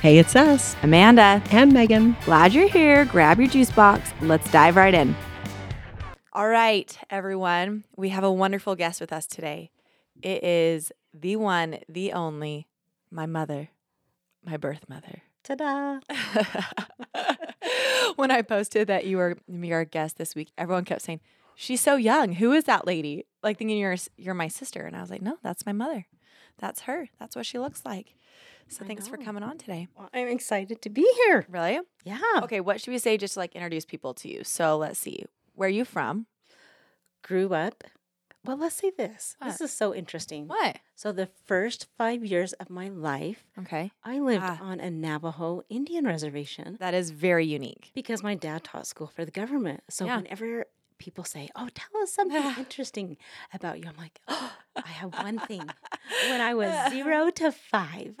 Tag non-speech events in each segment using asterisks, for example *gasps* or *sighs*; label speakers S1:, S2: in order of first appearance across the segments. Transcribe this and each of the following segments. S1: Hey, it's us
S2: Amanda,
S1: and Megan.
S2: glad you're here. Grab your juice box. Let's dive right in. All right, everyone. We have a wonderful guest with us today. It is the one, the only, my mother, my birth mother.
S1: Ta da!
S2: *laughs* when I posted that you were me our guest this week, everyone kept saying, "She's so young. Who is that lady?" Like thinking you're you're my sister, and I was like, "No, that's my mother. That's her. That's what she looks like." So
S3: I
S2: thanks for
S3: know.
S2: coming on today.
S3: Well, I'm excited Oh, to be here.
S2: Really?
S3: Yeah.
S2: Okay, what should we say just to like introduce people to you? So let's see. Where are you from?
S3: Grew up. Well, let's say this.
S2: What?
S3: This is so interesting.
S2: What?
S3: So, the first five years of my life,
S2: Okay.
S3: I lived
S2: Ah.
S3: on a Navajo Indian reservation
S2: That is very *laughs* unique.
S3: because my dad taught school for the government. So,
S2: Yeah.
S3: whenever people say, Oh, tell us something
S2: *laughs*
S3: interesting about you, I'm like, *gasps* Oh, I have one
S2: *laughs*
S3: thing. When I was zero to five,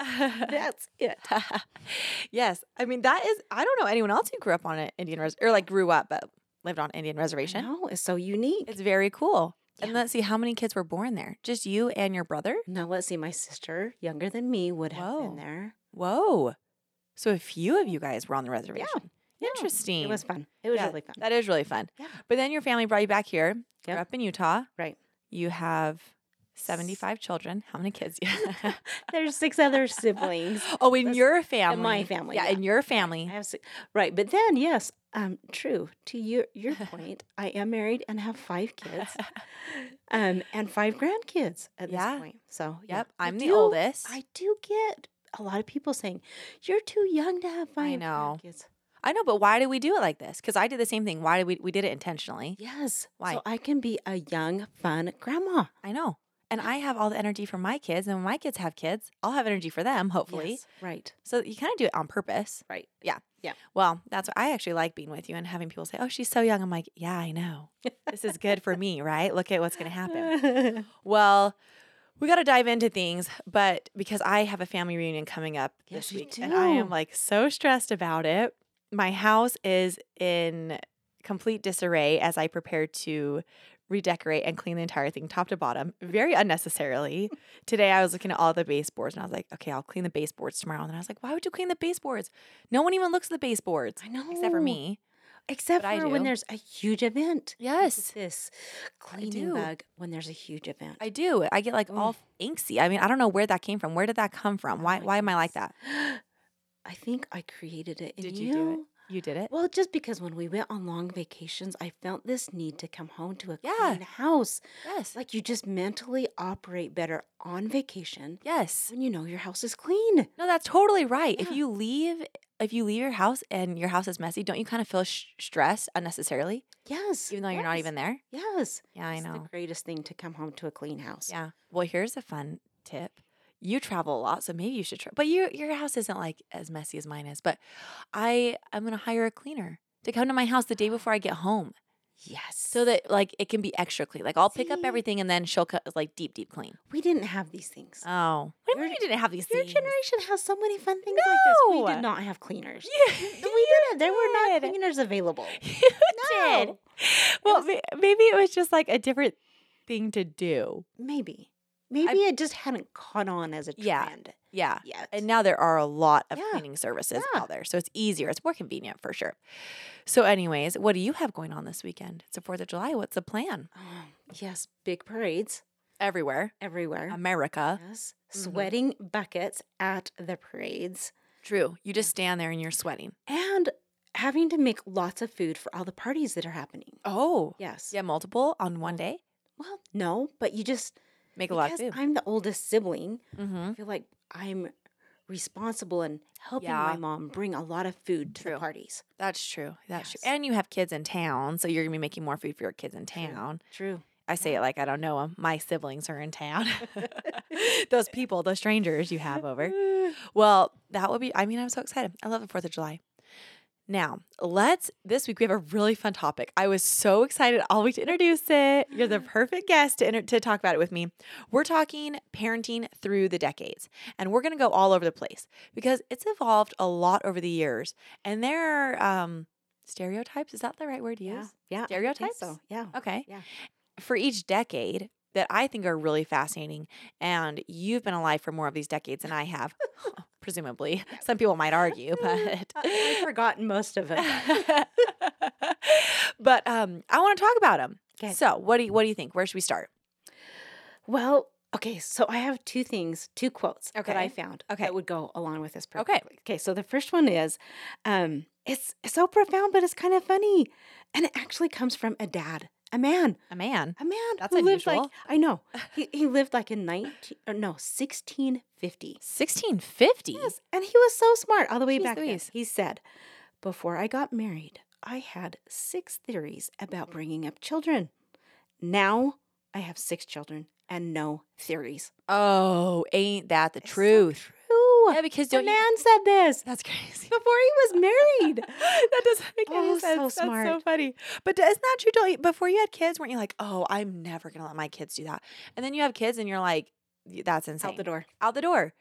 S3: that's it.
S2: *laughs* yes. I mean, that is, I don't know anyone else who grew up on an Indian res or like grew up but lived on Indian reservation.
S3: No, it's so unique.
S2: It's very cool. And
S3: Yeah.
S2: let's see how many kids were born there. Just you and your brother?
S3: now, let's see, my sister, younger than me, would have
S2: Whoa.
S3: been there.
S2: Whoa. So a few of you guys were on the reservation.
S3: Yeah.
S2: Interesting.
S3: It was fun. It was
S2: Yeah,
S3: really fun.
S2: That is really fun.
S3: Yeah.
S2: But then your family brought you back here. You're
S3: Yep.
S2: up in Utah.
S3: Right.
S2: You have 75 children. How many
S3: *laughs*
S2: kids? *laughs* do you have?
S3: There's
S2: *laughs*
S3: six other siblings.
S2: oh, in
S3: That's-
S2: your family.
S3: family,
S2: Yeah,
S3: yeah.
S2: in your
S3: I
S2: family.
S3: have six. Right, but then yes, um, true to your your point.
S2: *laughs*
S3: I am married and have five kids, um, and five grandkids at
S2: Yeah.
S3: this point. So yeah.
S2: Yep.
S3: I
S2: I'm the
S3: do-
S2: oldest. I,
S3: I do get a lot of people saying, "You're too young to have five
S2: know.
S3: grandkids."
S2: know, but why did we do it like this? Because I did the same thing. Why did we, we did it intentionally?
S3: Yes,
S2: Why?
S3: so I can be a young, fun grandma.
S2: I know. And I have all the energy for my kids. And when my kids have kids, I'll have energy for them, hopefully.
S3: Yes, right,
S2: So you kind of do it on purpose.
S3: right.
S2: Well, that's what I actually like being with you and having people say, oh, she's so young. I'm like, yeah, I know. This is good for me, right? Look at what's going to happen. Well, we got to dive into things, but because I have a family reunion coming up
S3: Yes,
S2: this
S3: you
S2: week, and I am
S3: do.
S2: like so stressed about it. My house is in complete disarray as I prepare to redecorate and clean the entire thing top to bottom, very unnecessarily. Today, I was looking at all the baseboards, and I was like, "Okay, I'll clean the baseboards tomorrow." And then I was like, "Why would you clean the baseboards? No one even looks at the baseboards
S3: *laughs* I know,
S2: except for me."
S3: Except
S2: but I
S3: for when
S2: do.
S3: there's a huge event. It's
S2: Yes,
S3: this cleaning
S2: do.
S3: bug when there's a huge event.
S2: I do. I get like
S3: Mm.
S2: all anxious. I mean, I don't know where that came from. Where did that come from?
S3: Oh
S2: Why?
S3: my
S2: Why am I like that?
S3: I think I created it. In
S2: Did you do it? You did it.
S3: Well, just because when we went on long vacations, I felt this need to come home to a
S2: Yeah.
S3: clean house.
S2: Yes.
S3: It's like you just mentally operate better on vacation
S2: yes.
S3: when you know your house is clean.
S2: No, that's totally right. If
S3: Yeah.
S2: you leave, if you leave your house and your house is messy, don't you kind of feel sh- stressed unnecessarily,
S3: Yes.
S2: even though you're not
S3: yes,
S2: even there?
S3: Yes.
S2: Yeah, I
S3: it's the
S2: know.
S3: greatest thing to come home to a clean house.
S2: Yeah. Well, here's a fun tip. You travel a lot, so maybe you should try. But your your house isn't like as messy as mine is. But I I'm gonna hire a cleaner to come to my house *gasps* the day before I get home,
S3: Yes.
S2: so that like it can be extra clean. Like I'll pick up
S3: See?
S2: everything and then she'll co- like deep deep clean.
S3: we didn't have these things.
S2: Oh, what do you mean
S3: Your-
S2: you didn't have these
S3: your
S2: things? *laughs*
S3: generation has so many fun things like this. We
S2: No.
S3: did not have cleaners.
S2: Yeah, *laughs*
S3: We didn't. There were not
S2: did.
S3: cleaners available.
S2: You
S3: No.
S2: did. Well, ma- maybe it was just like a different thing to do.
S3: Maybe. Maybe it just hadn't caught on as a
S2: Yeah.
S3: trend
S2: Yeah.
S3: yet.
S2: And now there are a lot of
S3: Yeah.
S2: cleaning services
S3: Yeah.
S2: out there. So it's easier. It's more convenient for sure. So, anyways, what do you have going on this weekend? It's the 4th of July. What's the plan?
S3: Um, yes, big parades
S2: Everywhere,
S3: everywhere.
S2: America.
S3: yes.
S2: mhm.
S3: Sweating buckets at the parades
S2: True. You just stand there and you're sweating.
S3: and having to make lots of food for all the parties that are happening.
S2: Oh.
S3: Yes.
S2: Yeah, multiple on one day.
S3: Well, no, but you just
S2: Make a lot of
S3: because
S2: food.
S3: I'm the oldest sibling,
S2: Mm-hmm.
S3: I feel like I'm responsible and helping
S2: Yeah.
S3: my mom bring a lot of food to
S2: True.
S3: the parties.
S2: That's true. That's true.
S3: Yes.
S2: And you have kids in town. So you're going to be making more food for your kids in
S3: True.
S2: town.
S3: True.
S2: I say it like I don't know 'em. My siblings are in town. *laughs* those people, those strangers you have
S3: *laughs*
S2: over. Well, that would be, I mean, I'm so excited. I love the 4th of July. Now, let's, this week we have a really fun topic. I was so excited all week to introduce it. You're the perfect guest to, inter- to talk about it with me. We're talking parenting through the decades, and we're going to go all over the place because it's evolved a lot over the years. And there are um, stereotypes. Is that the right word to
S3: Yeah.
S2: use?
S3: Yeah. I think
S2: Stereotypes?
S3: So yeah.
S2: Okay.
S3: Yeah.
S2: For each decade
S3: *laughs*
S2: that I think are really fascinating, and you've been alive for more of these decades than I have. *laughs* presumably. Some people might argue, but *laughs*
S3: I, I've forgotten most *laughs* of it.
S2: but um, I want to talk about them.
S3: 'Kay.
S2: So, what do you what do you think? Where should we start?
S3: Well, okay, so I have two things, two quotes that I
S2: Okay.
S3: found
S2: Okay.
S3: that would go along with this
S2: Okay.
S3: perfectly. Okay. so the first one is um it's it's so profound, but it's kind of funny. And it actually comes from a dad, a man,
S2: A man.
S3: a man
S2: That's
S3: who lived like
S2: unusual.
S3: I *laughs* know. He he lived like in 19 or no, 1650.
S2: 1650.
S3: Yes, and he was so smart all the way
S2: Jeez
S3: back then.
S2: Louise.
S3: He said, "Before I got married, I had six theories about bringing up children. Now I have six children and no theories."
S2: Oh, ain't that the
S3: It's so
S2: truth?
S3: True.
S2: yeah, because
S3: The
S2: don't you?
S3: man said this *laughs*
S2: That's crazy.
S3: before he
S2: *laughs*
S3: was married.
S2: *gasps* that
S3: *gasps*
S2: doesn't make any
S3: Oh, so
S2: sense. That's so
S3: smart.
S2: funny. But d- isn't that true? Don't you, before you had kids, weren't you like, oh, I'm never gonna let my kids do that? And then you have kids, and you're like, y- that's insane.
S3: Out the door.
S2: Out the door.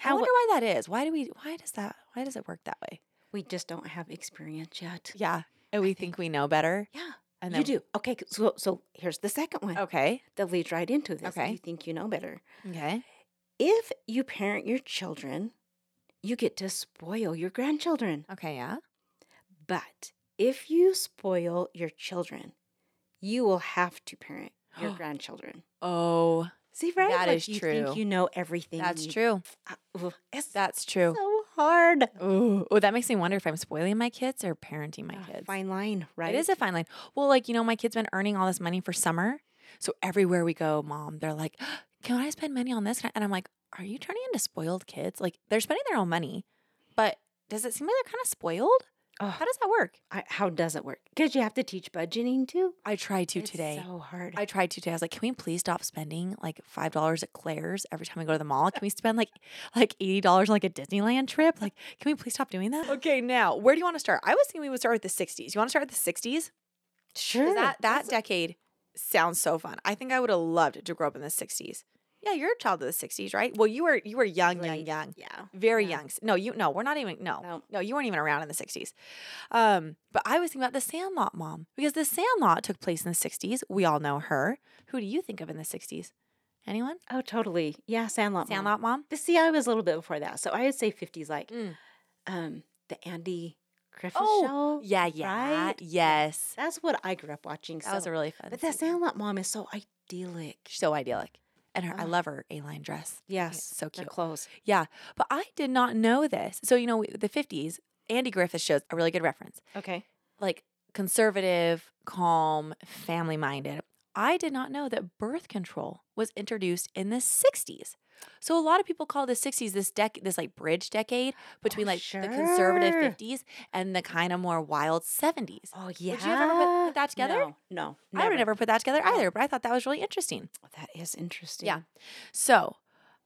S2: I
S3: How
S2: wonder why that is. Why do we? Why does that? Why does it work that way?
S3: we just don't have experience yet.
S2: Yeah, and we think we know better.
S3: Yeah,
S2: And
S3: you do. Okay, c- so so here's the second one
S2: Okay.
S3: that leads right into this.
S2: Okay.
S3: You think you know better.
S2: Okay.
S3: If you parent your children, you get to spoil your grandchildren.
S2: Okay. Yeah.
S3: But if you spoil your children, you will have to parent
S2: *gasps*
S3: your grandchildren.
S2: Oh,
S3: See, right?
S2: That
S3: That
S2: is
S3: is You
S2: true.
S3: think you know everything. and
S2: that's
S3: you-
S2: true.
S3: Ah, ugh, it's
S2: That's true.
S3: so hard.
S2: Ooh. Oh, that makes me wonder if I'm spoiling my kids or parenting my
S3: Ah,
S2: kids.
S3: Fine line, right?
S2: It is a fine line. Well, like, you know, my kid's been earning all this money for summer. So everywhere we go, mom, they're like, *gasps* can I spend money on this? Can I-" And I'm like, are you turning into spoiled kids? Like, they're spending their own money, but does it seem like they're kind of spoiled?
S3: Ugh,
S2: How does that work?
S3: I, how does it work? Because you have to teach budgeting too.
S2: I tried to
S3: It's
S2: today.
S3: so hard.
S2: I tried to today. I was like, can we please stop spending like five dollars at Claire's every time we go to the mall? Can we spend like *laughs* like eighty dollars on like a Disneyland trip? Like, can we please stop doing that? Okay, now where do you want to start? I was thinking we would start with the sixties. You want to start with the sixties? That
S3: sure.
S2: that
S3: Mm, that's-
S2: decade sounds so fun. I think I would have loved to grow up in the sixties. Yeah, you're a child of the sixties, right? Well, you were you were young, young,
S3: Late.
S2: young.
S3: yeah.
S2: Very
S3: Yeah.
S2: young. No, you no, we're not even no.
S3: No.
S2: No, you weren't even around in the 60s. Um, but I was thinking about The Sandlot Mom because The Sandlot took place in the 60s. We all know her. Who do you think of in the 60s? Anyone?
S3: Oh, totally. Yeah, Sandlot. Mom.
S2: Sandlot Mom?
S3: But see, I was a little bit before that, so I would say fifties, like
S2: Mm.
S3: um, the Andy Griffith
S2: Oh,
S3: Show.
S2: Yeah, yeah.
S3: Right?
S2: Yes.
S3: That's what I grew up watching.
S2: That was
S3: so-
S2: a really fun.
S3: but that
S2: scene.
S3: Sandlot mom is so idyllic.
S2: so idyllic. And her, I
S3: Oh.
S2: love her A-line dress.
S3: Yes,
S2: so
S3: they're
S2: cute.
S3: clothes.
S2: Yeah, but I did not know this. So, you know, the 50s, Andy Griffith shows a really good reference.
S3: Okay.
S2: Like conservative, calm, family-minded. I did not know that birth control was introduced in the 60s. So a lot of people call the 60s this dec- this like bridge decade between
S3: Oh,
S2: like the conservative
S3: sure.
S2: 50s and the kind of more wild 70s.
S3: Oh yeah.
S2: you ever put- put that together?
S3: No. no
S2: I would have never put that together
S3: No.
S2: either, but I thought that was really interesting.
S3: That is interesting.
S2: So,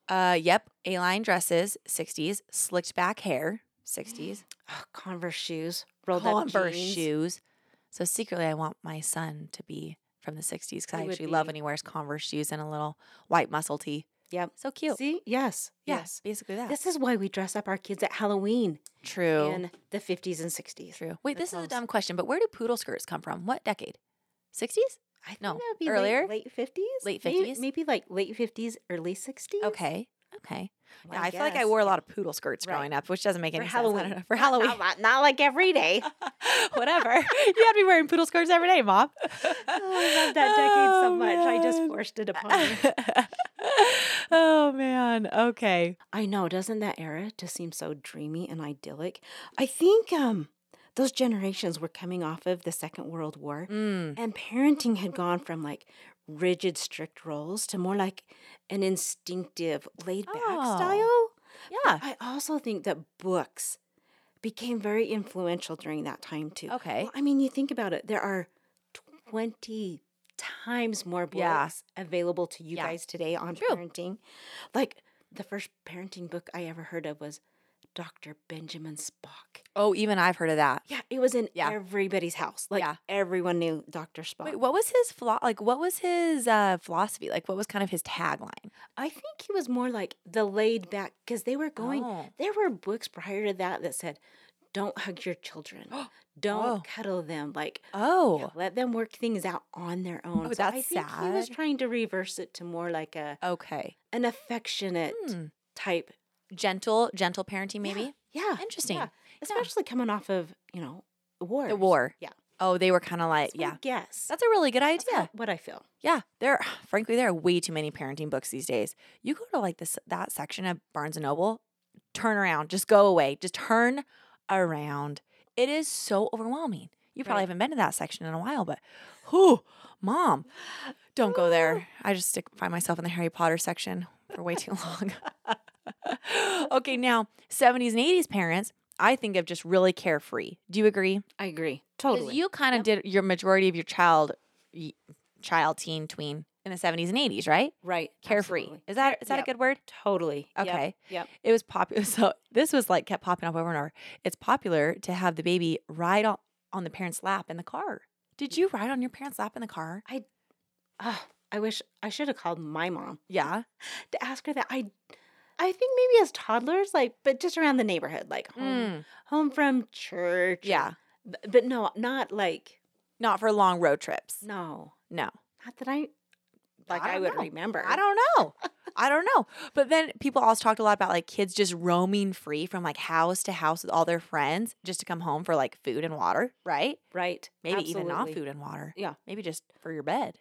S2: uh, yep, A-line dresses, 60s, slicked back hair, 60s,
S3: Ugh, Converse shoes, *gasps* rolled up
S2: Converse
S3: jeans.
S2: shoes. So secretly, I want my son to be from the 60s because I
S3: He would
S2: actually love
S3: be.
S2: when he wears Converse shoes and a little white muscle tee.
S3: Yep.
S2: So cute.
S3: See? Yes.
S2: Yeah,
S3: Yes.
S2: Basically that.
S3: This is why we dress up our kids at Halloween
S2: true.
S3: in the fifties and sixties.
S2: true. Wait,
S3: the
S2: this is a
S3: clothes.
S2: dumb question, but where do poodle skirts come from? What decade? 60s?
S3: I think
S2: No,
S3: that would be
S2: earlier?
S3: late, late 50s.
S2: Late
S3: May-
S2: 50s?
S3: Maybe, like late 50s, early 60s.
S2: Okay. Okay.
S3: My
S2: Yeah, I feel like I
S3: guess.
S2: wore a lot of poodle skirts
S3: Right.
S2: growing up, which doesn't make
S3: For
S2: any sense. I
S3: Halloween.
S2: don't know. For
S3: Not-
S2: *laughs* Halloween.
S3: Not, li- not like every day.
S2: *laughs* Whatever. you had me wearing poodle skirts every day, *laughs* Mom.
S3: *laughs* I love that decade so
S2: Oh,
S3: much. I just
S2: man.
S3: forced it upon you.
S2: *laughs* oh man. Okay.
S3: I know. Doesn't that era just seem so dreamy and idyllic? I think um, those generations were coming off of the Second World War,
S2: Mm.
S3: and parenting had gone from like rigid, strict roles to more like an instinctive, laid back
S2: Oh.
S3: style.
S2: Yeah.
S3: I also think that books became very influential during that time too.
S2: Okay.
S3: Well, I mean, you think about it, there are 20 times more books
S2: Yeah.
S3: available to you
S2: Yeah.
S3: guys today on
S2: True.
S3: parenting. Like the first parenting book I ever heard of was Dr. Benjamin Spock.
S2: Oh, even I've heard of that.
S3: Yeah, it was in
S2: Yeah.
S3: everybody's house. Like
S2: Yeah.
S3: everyone knew Dr. Spock.
S2: Wait, what was his flaw? Like, what was his uh, philosophy? Like, what was kind of his tagline?
S3: I think he was more like the laid back because they were going
S2: Oh.
S3: There were books prior to that that said, "Don't hug your children,
S2: *gasps*
S3: don't
S2: Whoa.
S3: cuddle them, like yeah,
S2: Oh.
S3: let them work things out on their own."
S2: Oh,
S3: I
S2: that's
S3: think he was
S2: sad.
S3: trying to reverse it to more like a
S2: Okay.
S3: an affectionate
S2: Hmm.
S3: type
S2: gentle, gentle parenting,
S3: Yeah,
S2: maybe.
S3: Yeah.
S2: Interesting.
S3: Yeah. Especially coming off of, you know, war.
S2: The war.
S3: Yeah.
S2: Oh, they were kind of like, yeah.
S3: Yeah. Guess.
S2: That's a really good idea.
S3: That's how- what I feel.
S2: Yeah, there. *sighs* Frankly, there are way too many parenting books these days. You go to like this that section of Barnes and Noble, turn around, just go away, just turn around. It is so overwhelming. You probably
S3: Right.
S2: haven't been to that section in a while, but who, mom, don't go there. I just stick, find myself in the Harry Potter section for way too long. *laughs* okay, now 70s and 80s parents, I think of just really carefree. Do you agree?
S3: I agree.
S2: 'Cause
S3: Totally.
S2: You kind of did your majority of your child, y- child, teen, tween in the seventies and eighties, right?
S3: right.
S2: Carefree.
S3: absolutely.
S2: Is that is that
S3: Yep.
S2: a good word?
S3: Totally. Yep,
S2: Okay.
S3: Yep.
S2: It was popular. *laughs* So this was like kept popping up over and over. It's popular to have the baby ride on, on the parents' lap in the car. Did you ride on your parents' lap in the car?
S3: Ah, I wish I should have called my mom
S2: Yeah.
S3: to ask her that. I I think maybe as toddlers, like, but just around the neighborhood, like home,
S2: Mm,
S3: home from church. or-
S2: Yeah.
S3: b- But no, not like,
S2: Not for long road trips.
S3: no,
S2: No.
S3: not that I, like,
S2: I
S3: I,
S2: don't
S3: would
S2: know.
S3: remember.
S2: I don't
S3: *laughs*
S2: know. I don't know. But then people always talked a lot about like kids just roaming free from like house to house with all their friends just to come home for like food and water, right?
S3: Right.
S2: Maybe even not
S3: absolutely.
S2: food and water.
S3: Yeah.
S2: Maybe just for your bed,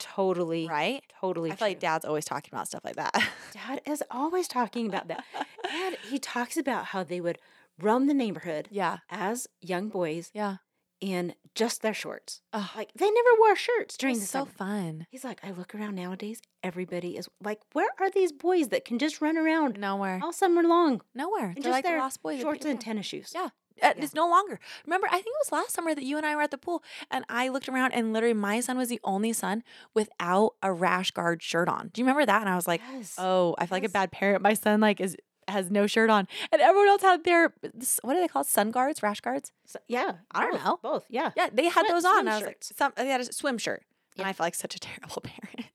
S3: Totally.
S2: right?
S3: Totally.
S2: I feel like
S3: true.
S2: dad's always talking about stuff like that.
S3: Dad is always talking about that. and he talks about how they would roam the neighborhood
S2: *laughs* yeah.
S3: as young boys
S2: Yeah.
S3: in just their shorts.
S2: Oh,
S3: Like they never wore shirts during the
S2: it's so
S3: summer.
S2: fun.
S3: He's like, I look around nowadays, everybody is like, where are these boys that can just run around
S2: Nowhere.
S3: all summer long?
S2: Nowhere. They're
S3: just
S2: like Mm-hmm. the
S3: their
S2: lost boys. that
S3: Shorts
S2: people
S3: and
S2: don't-
S3: tennis shoes.
S2: Yeah. Uh,
S3: Yeah.
S2: It's no longer. Remember, I think it was last summer that you and I were at the pool, and I looked around, and literally my son was the only son without a rash guard shirt on. Do you remember that? And I was like,
S3: yes.
S2: oh, I feel like a
S3: yes.
S2: bad parent. My son like is has no shirt on, and everyone else had their s- what are they called? Sun guards, rash guards.
S3: So- yeah.
S2: I don't
S3: both-
S2: know.
S3: Both. Yeah.
S2: Yeah, they had
S3: Swim-
S2: those on.
S3: swim
S2: and I was like,
S3: shirts.
S2: some they had a swim shirt, and
S3: Yeah.
S2: I felt like such a terrible *laughs* parent.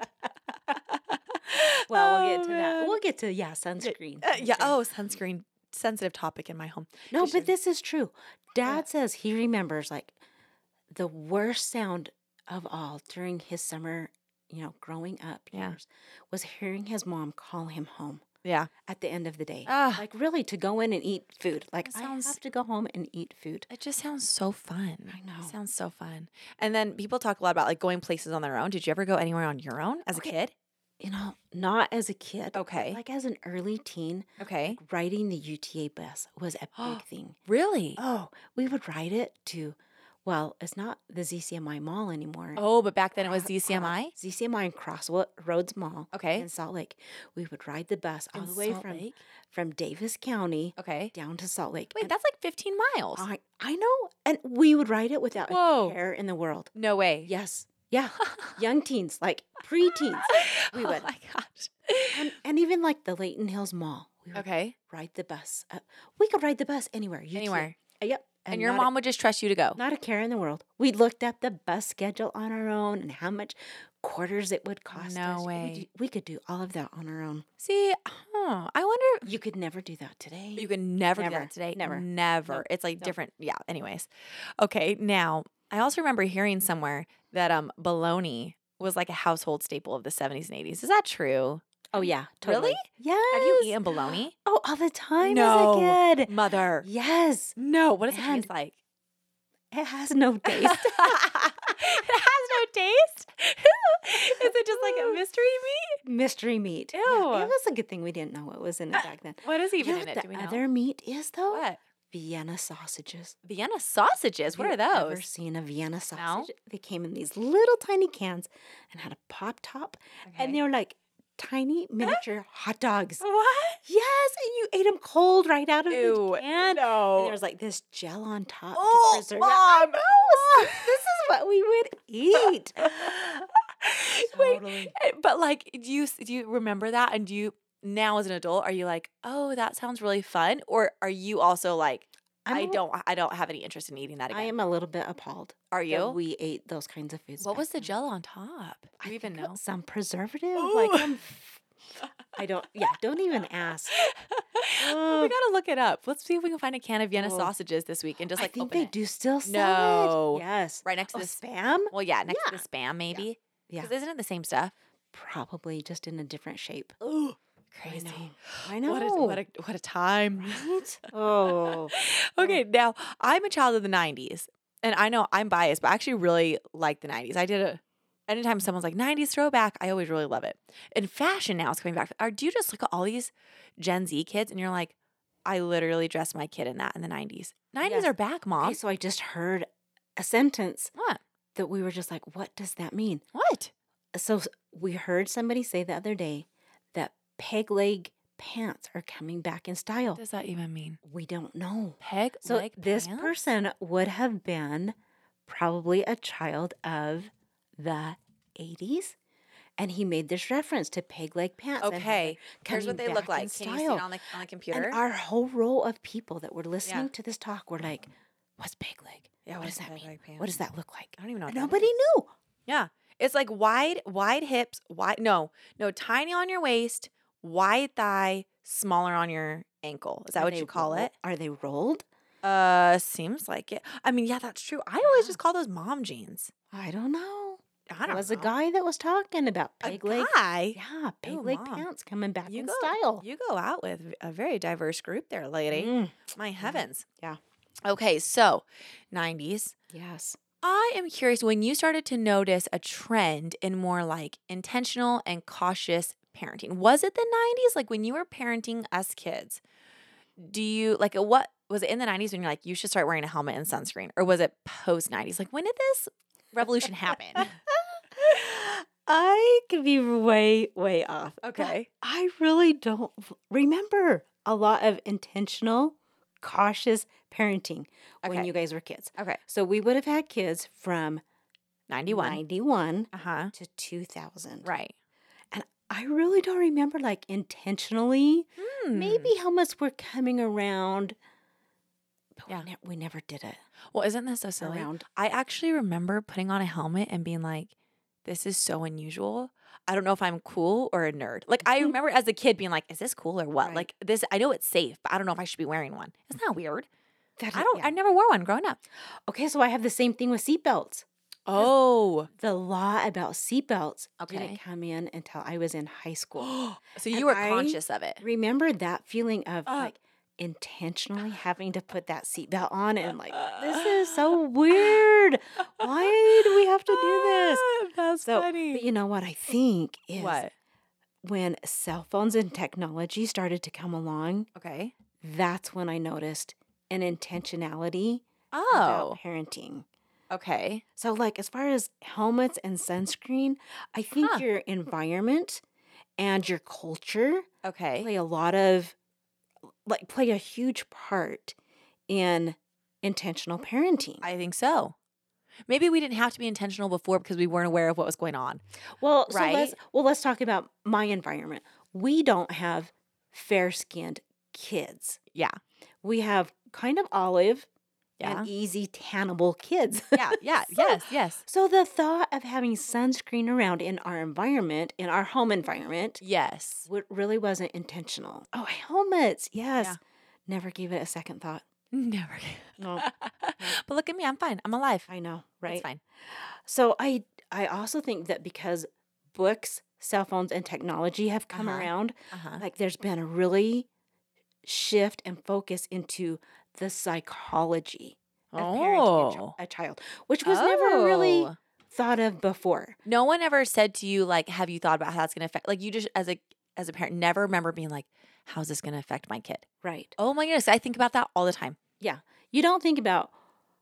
S3: Well, we'll
S2: Oh,
S3: get to that.
S2: man.
S3: We'll get to, yeah, sunscreen.
S2: Uh, yeah.
S3: sunscreen.
S2: Oh, sunscreen. Sensitive topic in my home.
S3: No,
S2: Just-
S3: but this is true. Dad says he remembers like the worst sound of all during his summer, you know, growing up
S2: Yeah.
S3: years was hearing his mom call him home
S2: Yeah.
S3: at the end of the day.
S2: Ah.
S3: Like really to go in and eat food. Like
S2: That sounds-
S3: I have to go home and eat food.
S2: It just sounds so fun.
S3: I
S2: It
S3: know.
S2: sounds so fun. And then people talk a lot about like going places on their own. Did you ever go anywhere on your own as
S3: Okay.
S2: a kid?
S3: You know, not as a kid. but,
S2: Okay.
S3: Like as an early teen,
S2: Okay.
S3: riding the UTA bus was a
S2: *gasps*
S3: big thing.
S2: Really?
S3: Oh, we would ride it to well, it's not the ZCMI mall anymore.
S2: Oh, but back then it was
S3: Cro-
S2: DCMI.
S3: Cro- ZCMI and Crossroads Mall.
S2: Okay.
S3: In Salt Lake, we would ride the bus all
S2: In
S3: the way
S2: Salt
S3: from
S2: Lake?
S3: from Davis County
S2: Okay.
S3: down to Salt Lake.
S2: Wait,
S3: And
S2: that's like 15 miles.
S3: I I know, and we would ride it without
S2: Whoa.
S3: a care in the world.
S2: No way.
S3: Yes, yeah, young teens,
S2: *laughs*
S3: like preteens, we
S2: oh *laughs*
S3: would,
S2: my gosh.
S3: and, and even like the Layton Hills Mall. We would
S2: Okay.
S3: ride the bus. Up. We could ride the bus anywhere. You two-
S2: Anywhere.
S3: Uh, yep.
S2: And, your
S3: not a-
S2: mom would just trust you to go.
S3: Not a care in the world. We looked up the bus schedule on our own and how much quarters it would cost
S2: No
S3: us. We
S2: way.
S3: do- We could do all of that on our own.
S2: See, huh, I wonder.
S3: You could never do that today.
S2: You can never, do
S3: Never.
S2: that today.
S3: Never.
S2: Never.
S3: Nope.
S2: It's like
S3: Nope.
S2: different. Yeah. Anyways. Okay. Now, I also remember hearing somewhere that um bologna was like a household staple of the 70s and 80s. Is that true?
S3: oh yeah, totally.
S2: Really?
S3: Yes.
S2: Have you eaten
S3: *gasps*
S2: bologna?
S3: Oh, all the time
S2: No.
S3: as a kid.
S2: Mother.
S3: Yes.
S2: No. What does it
S3: And
S2: taste
S3: *laughs*
S2: like?
S3: It has
S2: *laughs*
S3: no
S2: it
S3: taste.
S2: has no taste. *laughs* Is it just like a
S3: *laughs*
S2: mystery meat?
S3: Mystery meat. Yeah,
S2: Ew.
S3: it was a good thing we didn't know what was in it back then.
S2: What is *laughs*
S3: You
S2: even
S3: know
S2: in
S3: what
S2: it? Do
S3: the
S2: we know?
S3: other meat is though?
S2: what?
S3: Vienna sausages.
S2: Vienna sausages. What are
S3: Have you Ever
S2: those?
S3: seen a Vienna sausage? They came in these little tiny cans and had a pop top, and they were like tiny miniature hot dogs.
S2: *laughs* what?
S3: Yes, and you ate them cold right out of
S2: Ew.
S3: the can. And
S2: no.
S3: there was like this gel on top
S2: Oh,
S3: to preserve
S2: *laughs*
S3: it.
S2: Mom.
S3: I know, so this is what we would
S2: *laughs*
S3: eat. *laughs*
S2: Wait,
S3: Totally.
S2: but like, do you do you remember that? And do you now as an adult are you like, oh, that sounds really fun, or are you also like,
S3: I'm
S2: I
S3: a-
S2: don't, I don't have any interest in eating that again?
S3: I am a little bit appalled.
S2: are
S3: that
S2: you?
S3: We ate those kinds of foods.
S2: What
S3: back
S2: was the
S3: then.
S2: gel on top? Do
S3: I
S2: you even
S3: think it-
S2: know?
S3: Some preservative, like
S2: Ooh.
S3: some. I don't. Yeah, don't even
S2: *laughs*
S3: ask. Oh,
S2: Well, we
S3: Ugh.
S2: gotta look it up. Let's see if we can find a can of Vienna
S3: Oh.
S2: sausages this week and just like
S3: I think
S2: open
S3: they
S2: it.
S3: do still
S2: No.
S3: sell it. Yes.
S2: right next to
S3: Oh,
S2: the s-
S3: spam?
S2: Well, yeah, next to the spam, maybe.
S3: Yeah.
S2: Because isn't it the same stuff?
S3: Probably just in a different shape.
S2: Ooh, crazy.
S3: I know. I
S2: What a,
S3: know.
S2: what a what a *laughs* time.
S3: right? Oh,
S2: Okay, now I'm a child of the 90s, and I know I'm biased, but I actually really like the 90s. I did a anytime someone's like 90s throwback, I always really love it. And fashion now is coming back. Or do you just look at all these Gen Z kids and you're like, I literally dressed my kid in that in the 90s. 90s
S3: Yes.
S2: are back, mom.
S3: Okay, so I just heard a sentence
S2: What?
S3: that we were just like, what does that mean? Uh,
S2: What?
S3: So s- we heard somebody say the other day that peg leg pants are coming back in style.
S2: What does that even mean?
S3: We don't know.
S2: Peg
S3: So
S2: leg
S3: this
S2: pants?
S3: person would have been probably a child of the 80s. And he made this reference to peg leg pants. and how they're
S2: Okay, here's what
S3: coming
S2: they look
S3: back in
S2: like. Can you see it
S3: style.
S2: on the on the computer?
S3: And our whole row of people that were listening to this talk were like, "What's pig leg?
S2: Yeah,
S3: what
S2: what
S3: does
S2: is
S3: that
S2: peg
S3: mean?
S2: leg pants?
S3: What does that look like?"
S2: I don't even know. what that
S3: Nobody
S2: is.
S3: knew.
S2: Yeah. It's like wide, wide hips, wide no, no, tiny on your waist, wide thigh, smaller on your ankle. Is that
S3: Are
S2: what
S3: they
S2: you call
S3: ro-
S2: it?
S3: Are they rolled?
S2: Uh seems like it. I mean, yeah, that's true. I always
S3: Yeah.
S2: just call those mom jeans.
S3: I don't know.
S2: I don't
S3: it was
S2: know.
S3: a guy that was talking about
S2: A
S3: pig leg.
S2: guy?
S3: Yeah, pig
S2: Ooh,
S3: leg
S2: Mom.
S3: pants coming back
S2: You
S3: in
S2: go,
S3: style.
S2: You go out with a very diverse group there, lady.
S3: Mm,
S2: My heavens.
S3: Yeah.
S2: Okay, so 90s,
S3: yes.
S2: I am curious when you started to notice a trend in more like intentional and cautious parenting. Was it the 90s? Like when you were parenting us kids, do you like uh, what was it in the 90s when you're like, you should start wearing a helmet and sunscreen? Or was it post 90s? Like when did this revolution happen?
S3: I could be way, way off. but I really don't f- remember a lot of intentional, cautious parenting when
S2: Okay.
S3: you guys were kids.
S2: *laughs* Okay.
S3: So we would have had kids from
S2: 91.
S3: 91
S2: Uh huh.
S3: to 2000.
S2: Right.
S3: I really don't remember like intentionally.
S2: Hmm.
S3: Maybe helmets were coming around, but
S2: Yeah.
S3: we, ne- we never did it
S2: Well, isn't this so silly?
S3: around.
S2: I actually remember putting on a helmet and being like, this is so unusual. I don't know if I'm cool or a nerd. Like,
S3: *laughs*
S2: I
S3: Mhm.
S2: remember as a kid being like, is this cool or what?
S3: Right.
S2: Like, this, I know it's safe, but I don't know if I should be wearing one. Isn't that weird?
S3: That
S2: I
S3: is-
S2: don't,
S3: yeah.
S2: I never wore one growing up.
S3: okay, so I have the same thing with seatbelts.
S2: Oh.
S3: The law about seatbelts
S2: Okay.
S3: didn't come in until I was in high school.
S2: *gasps* so you
S3: And
S2: were
S3: I
S2: conscious of it.
S3: remember that feeling of
S2: Uh.
S3: like intentionally having to put that seatbelt on and like this is
S2: *laughs*
S3: so weird. Why do we have to do this?
S2: *laughs* That's
S3: So,
S2: funny.
S3: but you know what I think is
S2: what?
S3: when cell phones and technology started to come along,
S2: Okay.
S3: that's when I noticed an intentionality
S2: Oh.
S3: about parenting.
S2: Okay.
S3: So, like as far as helmets and sunscreen, I think
S2: Huh.
S3: your environment and your culture
S2: Okay.
S3: play a lot of like play a huge part in intentional parenting.
S2: I think so. Maybe we didn't have to be intentional before because we weren't aware of what was going on.
S3: well, so
S2: right?
S3: let's well let's talk about my environment. We don't have fair-skinned kids.
S2: Yeah.
S3: We have kind of olive
S2: Yeah.
S3: and easy tannable kids.
S2: *laughs* yeah. Yeah.
S3: So-
S2: yes. Yes.
S3: so the thought of having sunscreen around in our environment, in our home environment,
S2: *laughs* Yes.
S3: w- really wasn't intentional. Oh, helmets. Yes. Never gave it a second thought.
S2: Never.
S3: No,
S2: *laughs* but look at me, I'm fine. I'm alive.
S3: I know, right?
S2: It's fine.
S3: So I I also think that because books, cell phones, and technology have come
S2: Uh-huh.
S3: around,
S2: Uh-huh.
S3: like there's been a really shift and focus into the psychology of parenting a, chi-
S2: Oh.
S3: a child, which was never really
S2: Oh.
S3: thought of before.
S2: No one ever said to you like, "Have you thought about how that's going to affect?" Like you just as a as a parent never remember being like, "How's this going to affect my kid?"
S3: Right.
S2: Oh my goodness, I think about that all the time.
S3: You don't think about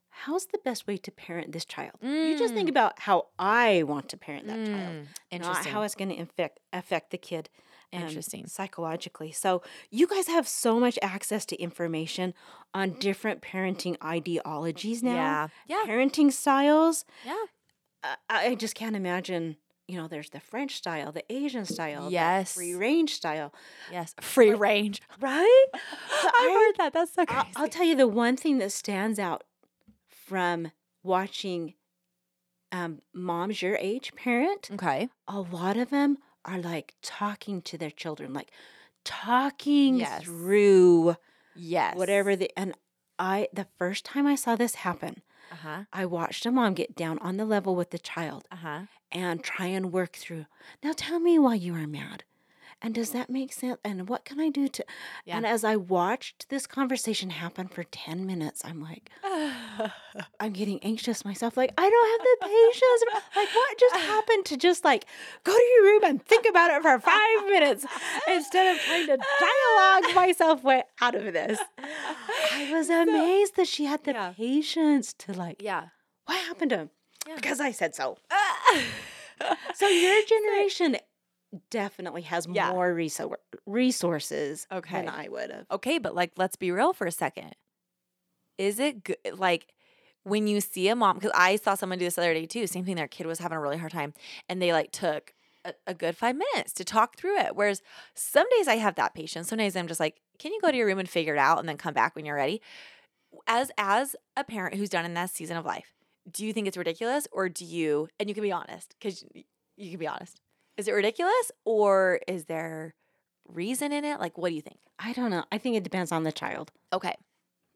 S3: how's the best way to parent this child. You just think about how I want to parent that child.
S2: Mm,
S3: Not
S2: Interesting.
S3: how it's going to affect affect the kid um,
S2: Interesting.
S3: psychologically. So you guys have so much access to information on different parenting ideologies now,
S2: yeah. Yeah.
S3: parenting styles.
S2: Yeah.
S3: I, I just can't imagine. You know, there's the French style, the Asian style,
S2: Yes.
S3: the free range style,
S2: Yes. Free range.
S3: *laughs* right?
S2: I heard that. That's so
S3: I'll,
S2: crazy.
S3: I'll tell you the one thing that stands out from watching um, moms your age parent.
S2: okay.
S3: a lot of them are like talking to their children, like talking
S2: Yes.
S3: through
S2: Yes.
S3: whatever the and I the first time I saw this happen,
S2: Uh huh.
S3: I watched a mom get down on the level with the child
S2: Uh huh.
S3: and try and work through. Now tell me why you are mad. and does that make sense? And what can I do to?
S2: *sighs* Yeah.
S3: And as I watched this conversation happen for 10 minutes, I'm like,
S2: *sighs*
S3: I'm getting anxious myself. Like, I don't have the patience.
S2: *laughs*
S3: Like, what just happened to just like go to your room and think about it for five minutes instead of trying to
S2: *laughs*
S3: dialogue myself way out of this? I was amazed that she had the
S2: Yeah.
S3: patience to like,
S2: yeah.
S3: what happened to him?
S2: Yeah.
S3: Because I said so.
S2: *laughs* so *laughs*
S3: So your generation definitely has
S2: Yeah.
S3: more resor- resources
S2: Okay.
S3: than I would have.
S2: okay, but like, let's be real for a second. Is it good? Like, when you see a mom, because I saw someone do this the other day too, same thing, their kid was having a really hard time and they like took a, a good five minutes to talk through it. Whereas some days I have that patience. Some days I'm just like, can you go to your room and figure it out and then come back when you're ready? As as a parent who's done in that season of life, do you think it's ridiculous or do you and you can be honest, because you can be honest. Is it ridiculous or is there reason in it? Like what do you think?
S3: I don't know. I think it depends on the child.
S2: Okay.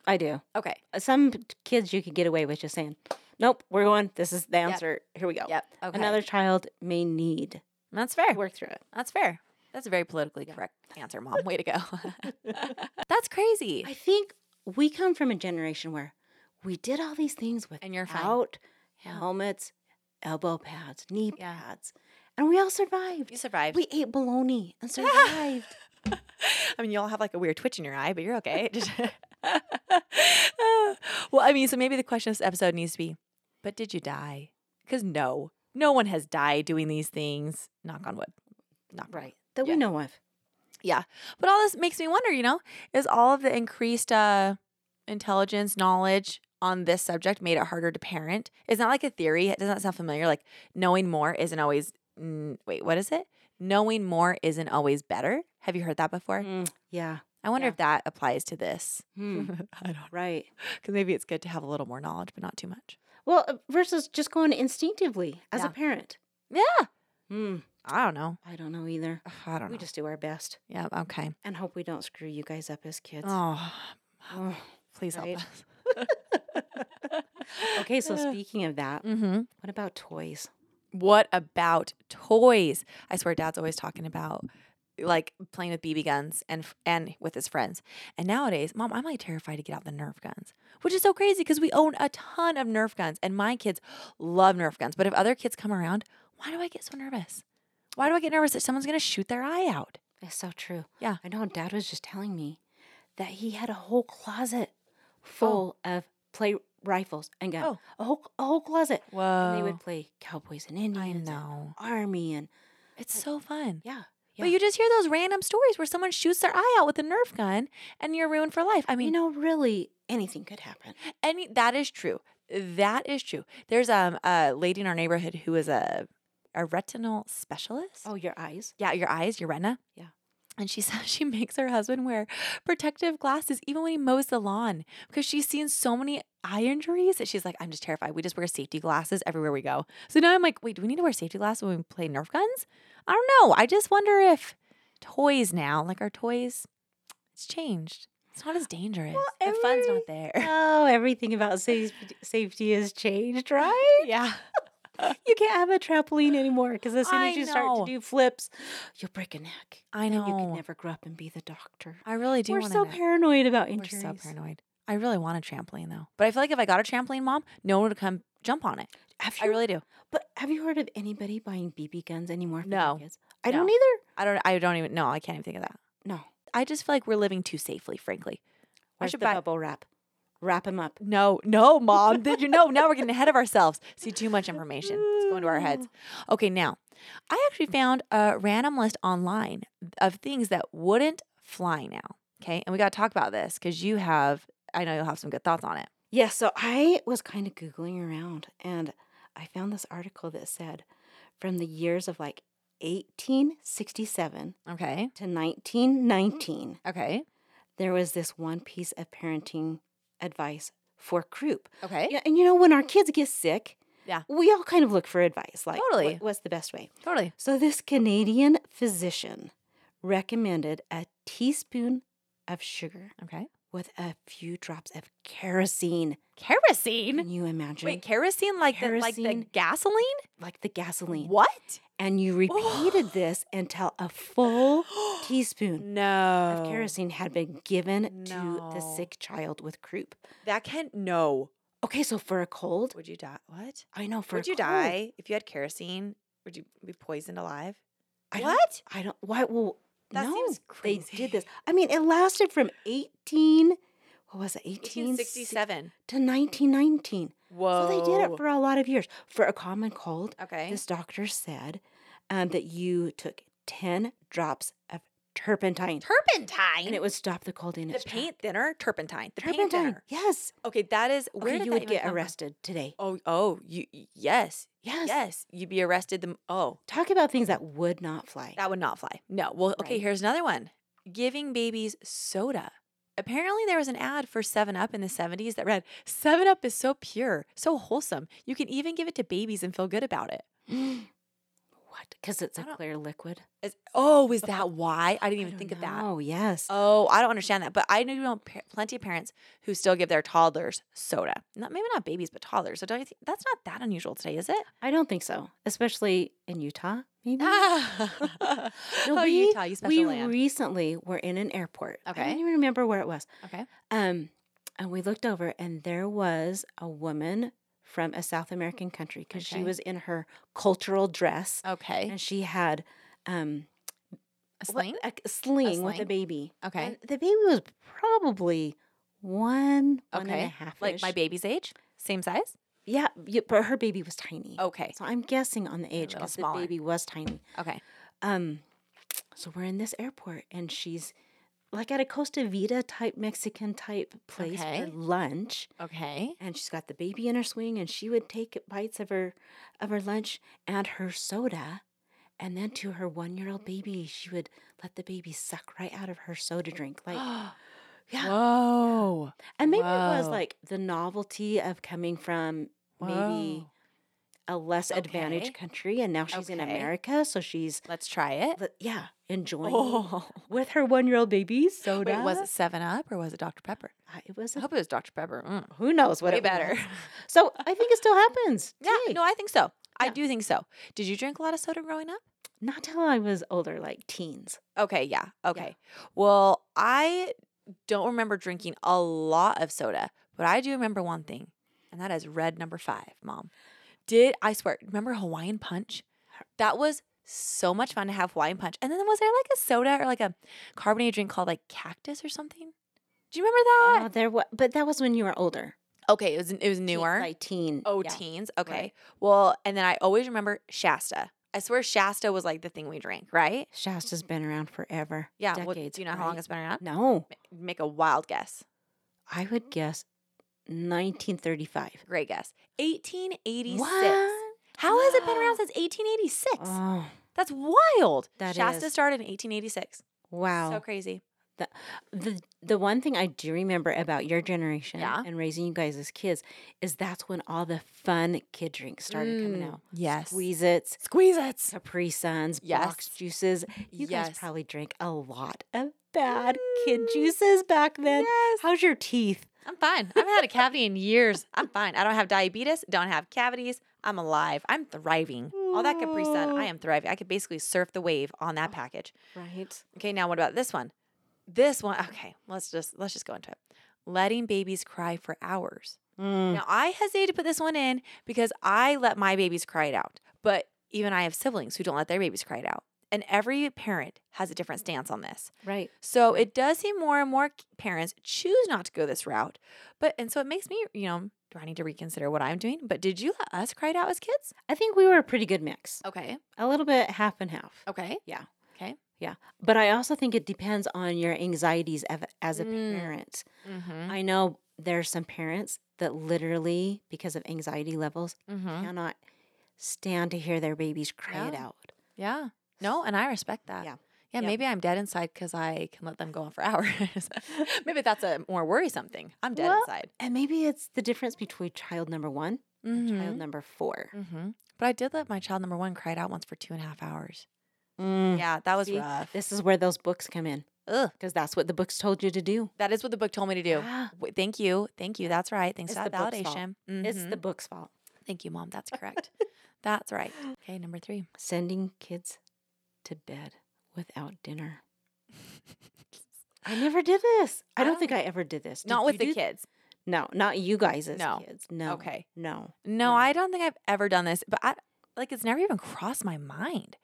S3: I do.
S2: Okay.
S3: Uh, Some p- kids you could get away with just saying, "Nope, we're going. This is the answer. Here we go."
S2: Yep. Okay.
S3: Another child may need
S2: That's fair.
S3: to work through it.
S2: That's fair. That's a very politically correct answer, mom. Way to go. *laughs* That's crazy.
S3: I think we come from a generation where we did all these things without
S2: And you're fine. Yeah.
S3: helmets, elbow pads, knee
S2: Yeah.
S3: pads, and we all survived.
S2: You survived.
S3: We ate bologna
S2: *laughs*
S3: and survived.
S2: I mean, you all have like a weird twitch in your eye, but you're *laughs* okay. Just- well, I mean, so maybe the question of this episode needs to be, but did you die? Because no, no one has died doing these things. Knock on wood. Knock on wood.
S3: right. That
S2: Yeah.
S3: we know of.
S2: But all this makes me wonder, you know, is all of the increased uh, intelligence, knowledge on this subject made it harder to parent? It's not like a theory. It doesn't sound familiar. Like knowing more isn't always, mm, wait, what is it? Knowing more isn't always better. Have you heard that before?
S3: Mm, yeah.
S2: I wonder
S3: yeah.
S2: if that applies to this.
S3: Hmm.
S2: *laughs* I don't
S3: *laughs* right.
S2: Because maybe it's good to have a little more knowledge, but not too much.
S3: Well, uh, versus just going instinctively as
S2: Yeah.
S3: a parent.
S2: Yeah.
S3: Hmm.
S2: I don't know.
S3: I don't know either.
S2: Ugh, I don't
S3: We
S2: know.
S3: just do our best
S2: yeah. Okay.
S3: and hope we don't screw you guys up as kids.
S2: Oh,
S3: Oh.
S2: please help
S3: Right.
S2: us.
S3: *sighs* Okay, *sighs* so speaking of that,
S2: Mm-hmm.
S3: what about toys?
S2: What about toys? I swear, Dad's always talking about like playing with BB guns and f- and with his friends. And nowadays, Mom, I'm like terrified to get out the Nerf guns, which is so crazy because we own a ton of Nerf guns, and my kids love Nerf guns. But if other kids come around, why do I get so nervous? Why do I get nervous that someone's gonna shoot their eye out?
S3: That's so true.
S2: Yeah.
S3: I know dad was just telling me that he had a whole closet full of play rifles and guns.
S2: Oh.
S3: A whole a whole closet.
S2: Whoa!
S3: And they would play cowboys and
S2: I
S3: Indians, and
S2: know
S3: army and
S2: it's so fun.
S3: yeah.
S2: But you just hear those random stories where someone shoots their eye out with a Nerf gun, and you're ruined for life. I mean,
S3: you know, really anything could happen.
S2: any that is true that is true there's um a lady in our neighborhood who is a a retinal specialist
S3: Oh, your eyes.
S2: yeah your eyes your retina
S3: Yeah.
S2: and she *laughs* says she makes her husband wear protective glasses even when he mows the lawn because she's seen so many eye injuries that she's like, I'm just terrified. We just wear safety glasses everywhere we go. So now I'm like, wait, do we need to wear safety glasses when we play Nerf guns? I don't know. I just wonder if toys now, like our toys, it's changed. It's not as dangerous. the fun's not there.
S3: Oh, everything about safety, safety has changed, right?
S2: *laughs* Yeah.
S3: *laughs* You can't have a trampoline anymore because as soon
S2: I
S3: as you start
S2: know.
S3: to do flips, you'll break a neck.
S2: I
S3: And you can
S2: know.
S3: never grow up and be the doctor.
S2: I really do.
S3: We're
S2: want
S3: so
S2: a net.
S3: paranoid about
S2: We're
S3: injuries.
S2: so paranoid. I really want a trampoline though, but I feel like if I got a trampoline, mom, no one would come jump on it.
S3: Have
S2: I
S3: you-
S2: really do.
S3: but have you heard of anybody buying BB guns anymore? for their
S2: No.
S3: kids? I
S2: No.
S3: don't either.
S2: I don't. I don't even. No, I can't even think of that.
S3: No.
S2: I just feel like we're living too safely, frankly.
S3: Where's
S2: should
S3: the
S2: buy-
S3: bubble wrap? Wrap them up.
S2: No, no, mom. Did you know? Now we're getting
S3: *laughs*
S2: ahead of ourselves. See, too much information. It's going to our heads. Okay, now I actually found a random list online of things that wouldn't fly now. Okay, and we got to talk about this because you have. I know you'll have some good thoughts on it.
S3: Yeah, so I was kind of Googling around and I found this article that said from the years of like 1867
S2: Okay.
S3: to 1919,
S2: Okay.
S3: there was this one piece of parenting advice for croup.
S2: Okay.
S3: Yeah, and you know, when our kids get sick,
S2: Yeah.
S3: we all kind of look for advice. Like, what-
S2: Totally.
S3: what's the best way?
S2: Totally.
S3: So, this Canadian physician recommended a teaspoon of sugar
S2: Okay.
S3: with a few drops of kerosene.
S2: Kerosene?
S3: Can you imagine?
S2: Wait, kerosene like the like the
S3: Kerosene.
S2: gasoline?
S3: like the gasoline.
S2: What? *gasps*
S3: And you repeated this until a full teaspoon
S2: no.
S3: of kerosene had been given to the
S2: No.
S3: sick child with croup.
S2: That can no.
S3: Okay, so for a cold,
S2: Would you die? What?
S3: I know for
S2: would
S3: a
S2: you
S3: cold,
S2: die if you had kerosene? Would you be poisoned alive?
S3: I don't-
S2: what?
S3: I don't. Why? Well,
S2: That
S3: no,
S2: seems
S3: they
S2: crazy.
S3: did this. I mean, it lasted from eighteen. What was it? Eighteen sixty
S2: 1867.
S3: to nineteen nineteen.
S2: Whoa.
S3: So they did it for a lot of years. For a common cold,
S2: Oh. Okay.
S3: this doctor said um, that you took ten drops of turpentine,
S2: turpentine.
S3: and it would stop the cold in
S2: the
S3: its track.
S2: paint thinner, turpentine. The paint
S3: Turpentine.
S2: thinner.
S3: Yes.
S2: Okay, that is
S3: Okay,
S2: where did
S3: you
S2: that
S3: would
S2: even
S3: get
S2: come from?
S3: arrested today.
S2: Oh, oh, you y- yes,
S3: Yes.
S2: yes, you'd be arrested. The m- oh,
S3: Talk about things that would not fly.
S2: that would not fly. No. Well, okay.
S3: Right.
S2: Here's another one. Giving babies soda. Apparently, there was an ad for Seven Up in the '70s that read, "Seven Up is so pure, so wholesome. You can even give it to babies and feel good about it."
S3: *gasps* what? Because it's
S2: I
S3: a
S2: don't-
S3: clear liquid.
S2: Is- oh, is that why? I didn't
S3: I
S2: even
S3: don't
S2: think of that.
S3: know. yes.
S2: Oh, I don't understand that. But I do know pa- plenty of parents who still give their toddlers soda. Not maybe not babies, but toddlers. So don't you think that's not that unusual today, is it?
S3: I don't think so, especially in
S2: *laughs*
S3: Utah. Maybe
S2: Ah.
S3: No,
S2: oh,
S3: we-
S2: Utah, you special
S3: we
S2: land.
S3: recently were in an airport. I
S2: Okay.
S3: don't even remember where it was.
S2: okay.
S3: Um, and we looked over, and there was a woman from a South American country because
S2: Okay.
S3: she was in her cultural dress,
S2: Okay.
S3: and she had um
S2: A
S3: what-
S2: sling?
S3: a, a sling, with a
S2: sling?
S3: baby.
S2: Okay.
S3: and the baby was probably one, one and
S2: Okay.
S3: a half.
S2: like my baby's age, same size.
S3: Yeah, y- but her baby was tiny.
S2: Okay.
S3: So I'm guessing on the age
S2: Oh, little
S3: because the
S2: smaller.
S3: baby was tiny.
S2: Okay.
S3: Um, so we're in this airport, and she's like at a Costa Vida type Mexican type place
S2: Okay.
S3: for lunch,
S2: Okay.
S3: and she's got the baby in her swing, and she would take bites of her of her lunch and her soda, and then to her one year old baby, she would let the baby suck right out of her soda drink, like.
S2: *gasps*
S3: Yeah.
S2: Whoa.
S3: And maybe it was
S2: Whoa.
S3: like the novelty of coming from maybe
S2: Whoa.
S3: a less
S2: Okay.
S3: advantaged country, and now she's in
S2: Okay.
S3: America, so she's
S2: Let's try it.
S3: but yeah enjoying
S2: Oh. *laughs*
S3: with her one year old baby soda.
S2: Wait, was it Seven Up or was it Dr Pepper?
S3: Uh, it was
S2: I
S3: a-
S2: hope it was Dr Pepper. Mm.
S3: who knows what
S2: Way
S3: it was.
S2: better.
S3: So I think it still happens.
S2: *laughs* Yeah,
S3: today.
S2: no, I think so. I
S3: Yeah.
S2: do think so. Did you drink a lot of soda growing up?
S3: not till I was older, like teens.
S2: Okay, yeah. Okay. Well, I don't remember drinking a lot of soda, but I do remember one thing, and that is red number five, mom. Did I swear, remember Hawaiian Punch? That was so much fun to have Hawaiian Punch. And then was there like a soda or like a carbonated drink called like cactus or something? Do you remember
S3: Oh,
S2: that?
S3: there was, but that was when you were older,
S2: okay, it was it was
S3: Teen-
S2: newer.
S3: like teen.
S2: Oh,
S3: yeah.
S2: teens. Okay. Well, and then I always remember Shasta. I swear Shasta was like the thing we drank, right?
S3: Shasta's been around forever.
S2: Yeah. well,
S3: decades.
S2: do you know how long
S3: right?
S2: it's been around?
S3: No,
S2: M- Make a wild guess.
S3: I would guess 1935.
S2: Great guess. 1886.
S3: What?
S2: How has it been around since 1886?
S3: Oh,
S2: That's wild.
S3: That
S2: Shasta
S3: is-
S2: started in 1886.
S3: wow.
S2: So crazy.
S3: the the one thing I do remember about your generation
S2: Yeah.
S3: and raising you guys as kids is that's when all the fun kid drinks started coming
S2: Mm,
S3: out.
S2: Yes.
S3: Squeeze it,
S2: Squeeze it.
S3: Capri Suns,
S2: Yes.
S3: Blox juices. You guys
S2: Yes. Mm.
S3: probably drank a lot of bad kid juices back then.
S2: Yes.
S3: How's your teeth?
S2: I'm fine. I haven't had a cavity in years. I'm fine. I don't have diabetes, don't have cavities. I'm alive. I'm thriving. All that Capri Sun, I am thriving. I could basically surf the wave on that package.
S3: Right.
S2: Okay, now what about this one? This one, okay, let's just let's just go into it. Letting babies cry for hours.
S3: Mm.
S2: Now I hesitate to put this one in because I let my babies cry it out. But even I have siblings who don't let their babies cry it out. And every parent has a different stance on this.
S3: Right.
S2: So it does seem more and more k- parents choose not to go this route. But and so it makes me, you know, do I need to reconsider what I'm doing? But did you let us cry it out as kids?
S3: I think we were a pretty good mix.
S2: Okay.
S3: A little bit half and half.
S2: Okay.
S3: Yeah.
S2: Okay.
S3: But I also think it depends on your anxieties of, as a
S2: Mm.
S3: parent.
S2: Mm-hmm.
S3: I know there are some parents that literally, because of anxiety levels,
S2: Mm-hmm.
S3: cannot stand to hear their babies cry it
S2: Yeah.
S3: out.
S2: Yeah. No, and I respect that.
S3: Yeah.
S2: Yeah,
S3: Yep.
S2: maybe I'm dead inside because I can let them go on for *laughs* hours. maybe that's a more worrisome thing. I'm dead
S3: Well,
S2: inside.
S3: And maybe it's the difference between child number one and
S2: Mhm.
S3: child number four.
S2: Mm-hmm. But I did let my child number one cry it out once for two and a half hours.
S3: Mm.
S2: Yeah, that was
S3: See,
S2: rough.
S3: This is where those books come in.
S2: Ugh.
S3: because that's what the books told you to do.
S2: That is what the book told me to do.
S3: Yeah.
S2: W- Thank you. Thank you. That's right. Thanks
S3: It's
S2: to
S3: the
S2: that
S3: book's fault.
S2: validation.
S3: It's
S2: Mhm.
S3: the book's fault.
S2: Thank you, mom. That's
S3: *laughs*
S2: correct. That's right. Okay, number three.
S3: Sending kids to bed without
S2: *laughs*
S3: dinner. I never did this. I don't think I ever did this. Did
S2: Um, Not
S3: you
S2: with the
S3: do-
S2: kids.
S3: No, not you guys as
S2: No.
S3: kids. No.
S2: Okay.
S3: No.
S2: No,
S3: Mm.
S2: I don't think I've ever done this, but I like it's never even crossed my mind.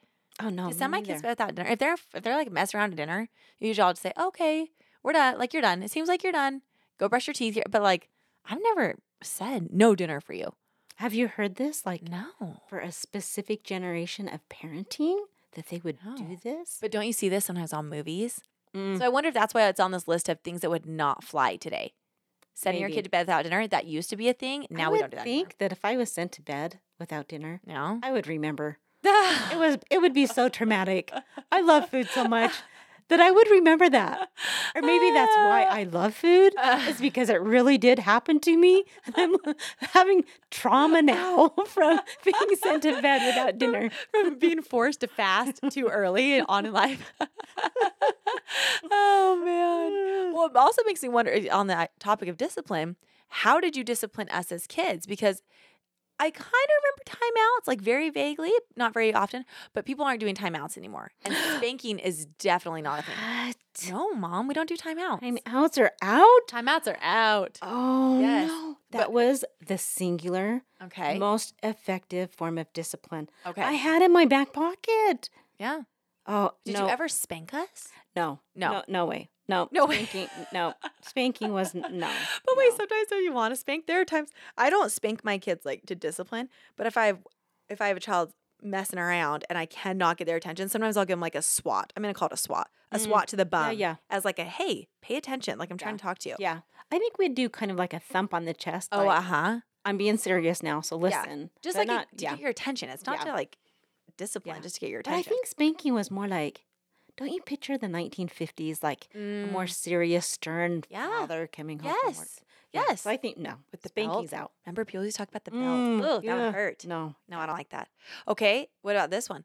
S3: Oh no.
S2: to send
S3: me
S2: my kids
S3: neither.
S2: to bed without dinner. If they're if they're like mess around at dinner, usually I'll just say, Okay, we're done. Like you're done. It seems like you're done. Go brush your teeth. But like I've never said no dinner for you.
S3: Have you heard this?
S2: Mm.
S3: Like
S2: No.
S3: for a specific generation of parenting that they would
S2: No.
S3: do this?
S2: But don't you see this sometimes on movies?
S3: Mm.
S2: So I wonder if that's why it's on this list of things that would not fly today. Sending your
S3: Maybe.
S2: kid to bed without dinner, that used to be a thing. Now
S3: I
S2: we
S3: would
S2: don't do that. Mm.
S3: think that if I was sent to bed without dinner,
S2: anymore.
S3: I would remember. It
S2: No.
S3: was it would be so traumatic. I love food so much that I would remember that. Or maybe that's why I love food. It's because it really did happen to me. *laughs* And I'm having trauma now *laughs* from being sent to bed without dinner.
S2: *laughs* From being forced to fast too early and on in life. *laughs* oh *laughs* man. Well, it also makes me wonder eh, on that topic of discipline, how did you discipline us as kids? Because I kind of remember timeouts, like very vaguely, not very often, but people aren't doing timeouts anymore. *gasps* And spanking is definitely not a thing.
S3: What?
S2: No, mom, we don't do timeouts. Uh,
S3: Timeouts are out?
S2: Timeouts are out.
S3: Oh
S2: Yes,
S3: no.
S2: but-
S3: That was the singular
S2: Okay.
S3: most effective form of discipline
S2: okay.
S3: I had in my back pocket.
S2: yeah.
S3: Oh,
S2: Did
S3: no.
S2: you ever spank us?
S3: No,
S2: No.
S3: no, no way. No,
S2: No way.
S3: spanking, no, spanking was n- no.
S2: *laughs* But wait,
S3: no.
S2: sometimes if you want to spank, there are times I don't spank my kids like to discipline, but if I have if I have a child messing around and I cannot get their attention, sometimes I'll give them like a swat. I'm gonna call it a swat. A
S3: Mm.
S2: swat to the bum.
S3: yeah.
S2: As like a hey, pay attention. Like I'm trying
S3: Yeah.
S2: to talk to you.
S3: yeah, I think we'd do kind of like a thump on the chest.
S2: Oh,
S3: like,
S2: uh huh.
S3: I'm being serious now, so listen.
S2: Just
S3: But
S2: like
S3: not,
S2: it, to
S3: yeah.
S2: get your attention. It's not
S3: Yeah.
S2: to like discipline,
S3: Yeah.
S2: just to get your
S3: But I
S2: attention.
S3: think spanking was more like, don't you picture the 1950s, like a more serious, stern
S2: Mm. Yeah.
S3: father coming home? from work?
S2: yes.
S3: Yeah,
S2: Yes.
S3: So I think no, with the
S2: belt?
S3: spanking's out.
S2: Remember people used to talk about the belt.
S3: Mm,
S2: Ugh, that
S3: yeah.
S2: would hurt.
S3: No,
S2: No, I don't like that. Okay, what about this one?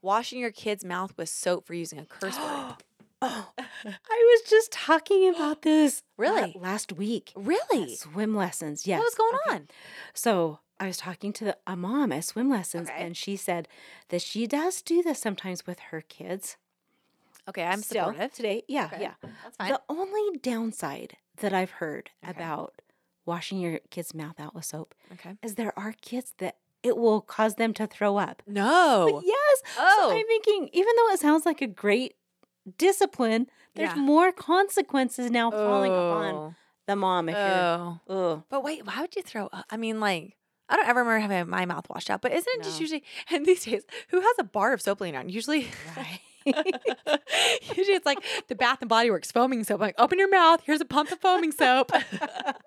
S2: Washing your kid's mouth with soap for using a curse *gasps*
S3: *gasps*
S2: word.
S3: Oh, I was just talking about this
S2: *gasps*
S3: la-
S2: Really?
S3: last week.
S2: Really?
S3: at swim lessons. Yes.
S2: What was going
S3: Okay.
S2: on?
S3: So I was talking to a mom at swim lessons,
S2: Okay.
S3: and she said that she does do this sometimes with her kids.
S2: Okay, I'm
S3: still
S2: supportive.
S3: today. Yeah,
S2: Okay,
S3: yeah.
S2: That's fine.
S3: The only downside that I've heard
S2: Okay.
S3: about washing your kid's mouth out with soap
S2: okay.
S3: is there are kids that it will cause them to throw up.
S2: *laughs*
S3: But
S2: No.
S3: yes.
S2: Oh.
S3: So I'm thinking, even though it sounds like a great discipline, there's
S2: Yeah.
S3: more consequences now falling upon the mom if
S2: Oh.
S3: you're. Ugh.
S2: But wait, why would you throw up? I mean, like, I don't ever remember having my mouth washed out, but isn't it just
S3: No.
S2: usually, *laughs* and these days, who has a bar of soap laying around? Usually,
S3: Right.
S2: *laughs* usually it's like the Bath and Body Works foaming soap. Like, open your mouth. Here's a pump of foaming soap. *laughs*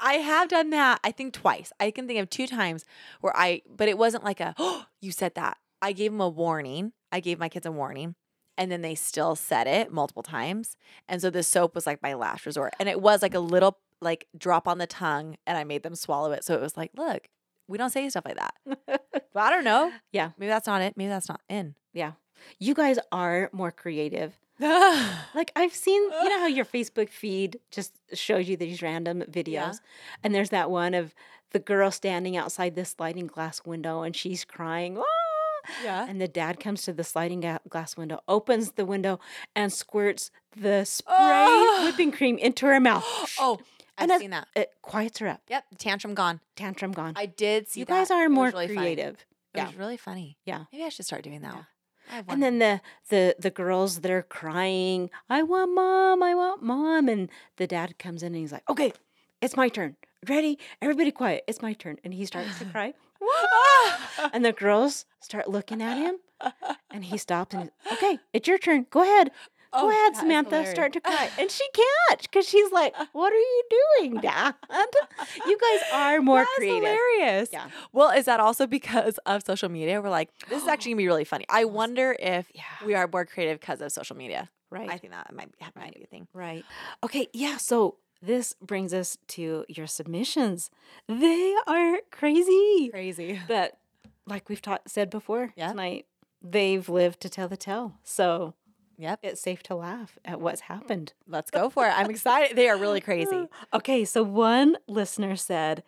S2: I have done that. I think twice. I can think of two times where I, but it wasn't like a, *gasps* oh, you said that. I gave them a warning. I gave my kids a warning, and then they still said it multiple times. And so the soap was like my last resort, and it was like a little like drop on the tongue, and I made them swallow it. So it was like, look, we don't say stuff like that. But I don't know.
S3: Yeah.
S2: maybe that's not it. Maybe that's not *laughs* in.
S3: *laughs* you guys are more creative. Like I've seen, you know how your Facebook feed just shows you these random videos, and there's that one of the girl standing outside this sliding glass window and she's crying. "Ah!"
S2: yeah.
S3: And the dad comes to the sliding ga- glass window, opens the window, and squirts the spray
S2: Oh.
S3: whipping cream into her mouth.
S2: *gasps* oh, I've
S3: And I-
S2: seen that.
S3: It quiets her up.
S2: Yep, tantrum gone.
S3: Tantrum gone.
S2: I did see
S3: you
S2: that.
S3: guys
S2: It
S3: are
S2: was
S3: more
S2: really funny.
S3: creative.
S2: It
S3: yeah.
S2: was really funny.
S3: Yeah.
S2: Maybe I should start doing that
S3: Yeah.
S2: one. I have one. *laughs*
S3: And then the the the girls they're crying, I want mom, I want mom, and the dad comes in and he's like, okay, it's my turn. Ready? Everybody quiet. It's my turn. And he starts to
S2: *sighs*
S3: cry,
S2: Ah!
S3: and the girls start looking at him, and he stops and he's, okay, it's your turn. Go ahead. Go
S2: *laughs* Oh, that
S3: ahead,
S2: is
S3: Samantha.
S2: hilarious.
S3: Start
S2: *laughs*
S3: to cry. And she can't because she's like, what are you doing, dad? You guys are more
S2: That's
S3: creative.
S2: hilarious.
S3: Yeah.
S2: Well, is that also because of social media? We're like, this
S3: *gasps*
S2: is actually gonna be really funny. I wonder if
S3: Yeah.
S2: we are more creative because of social media.
S3: Right.
S2: I think that might be, that might be a thing.
S3: Right. Okay. Yeah. So this brings us to your submissions. They are crazy, *laughs*
S2: Crazy.
S3: but like we've ta- said before
S2: Yeah.
S3: tonight, they've lived to tell the tale. So
S2: Yep.
S3: It's safe to laugh at what's happened.
S2: Let's go for it. I'm excited. They are really
S3: *laughs*
S2: crazy.
S3: Okay, so one listener said,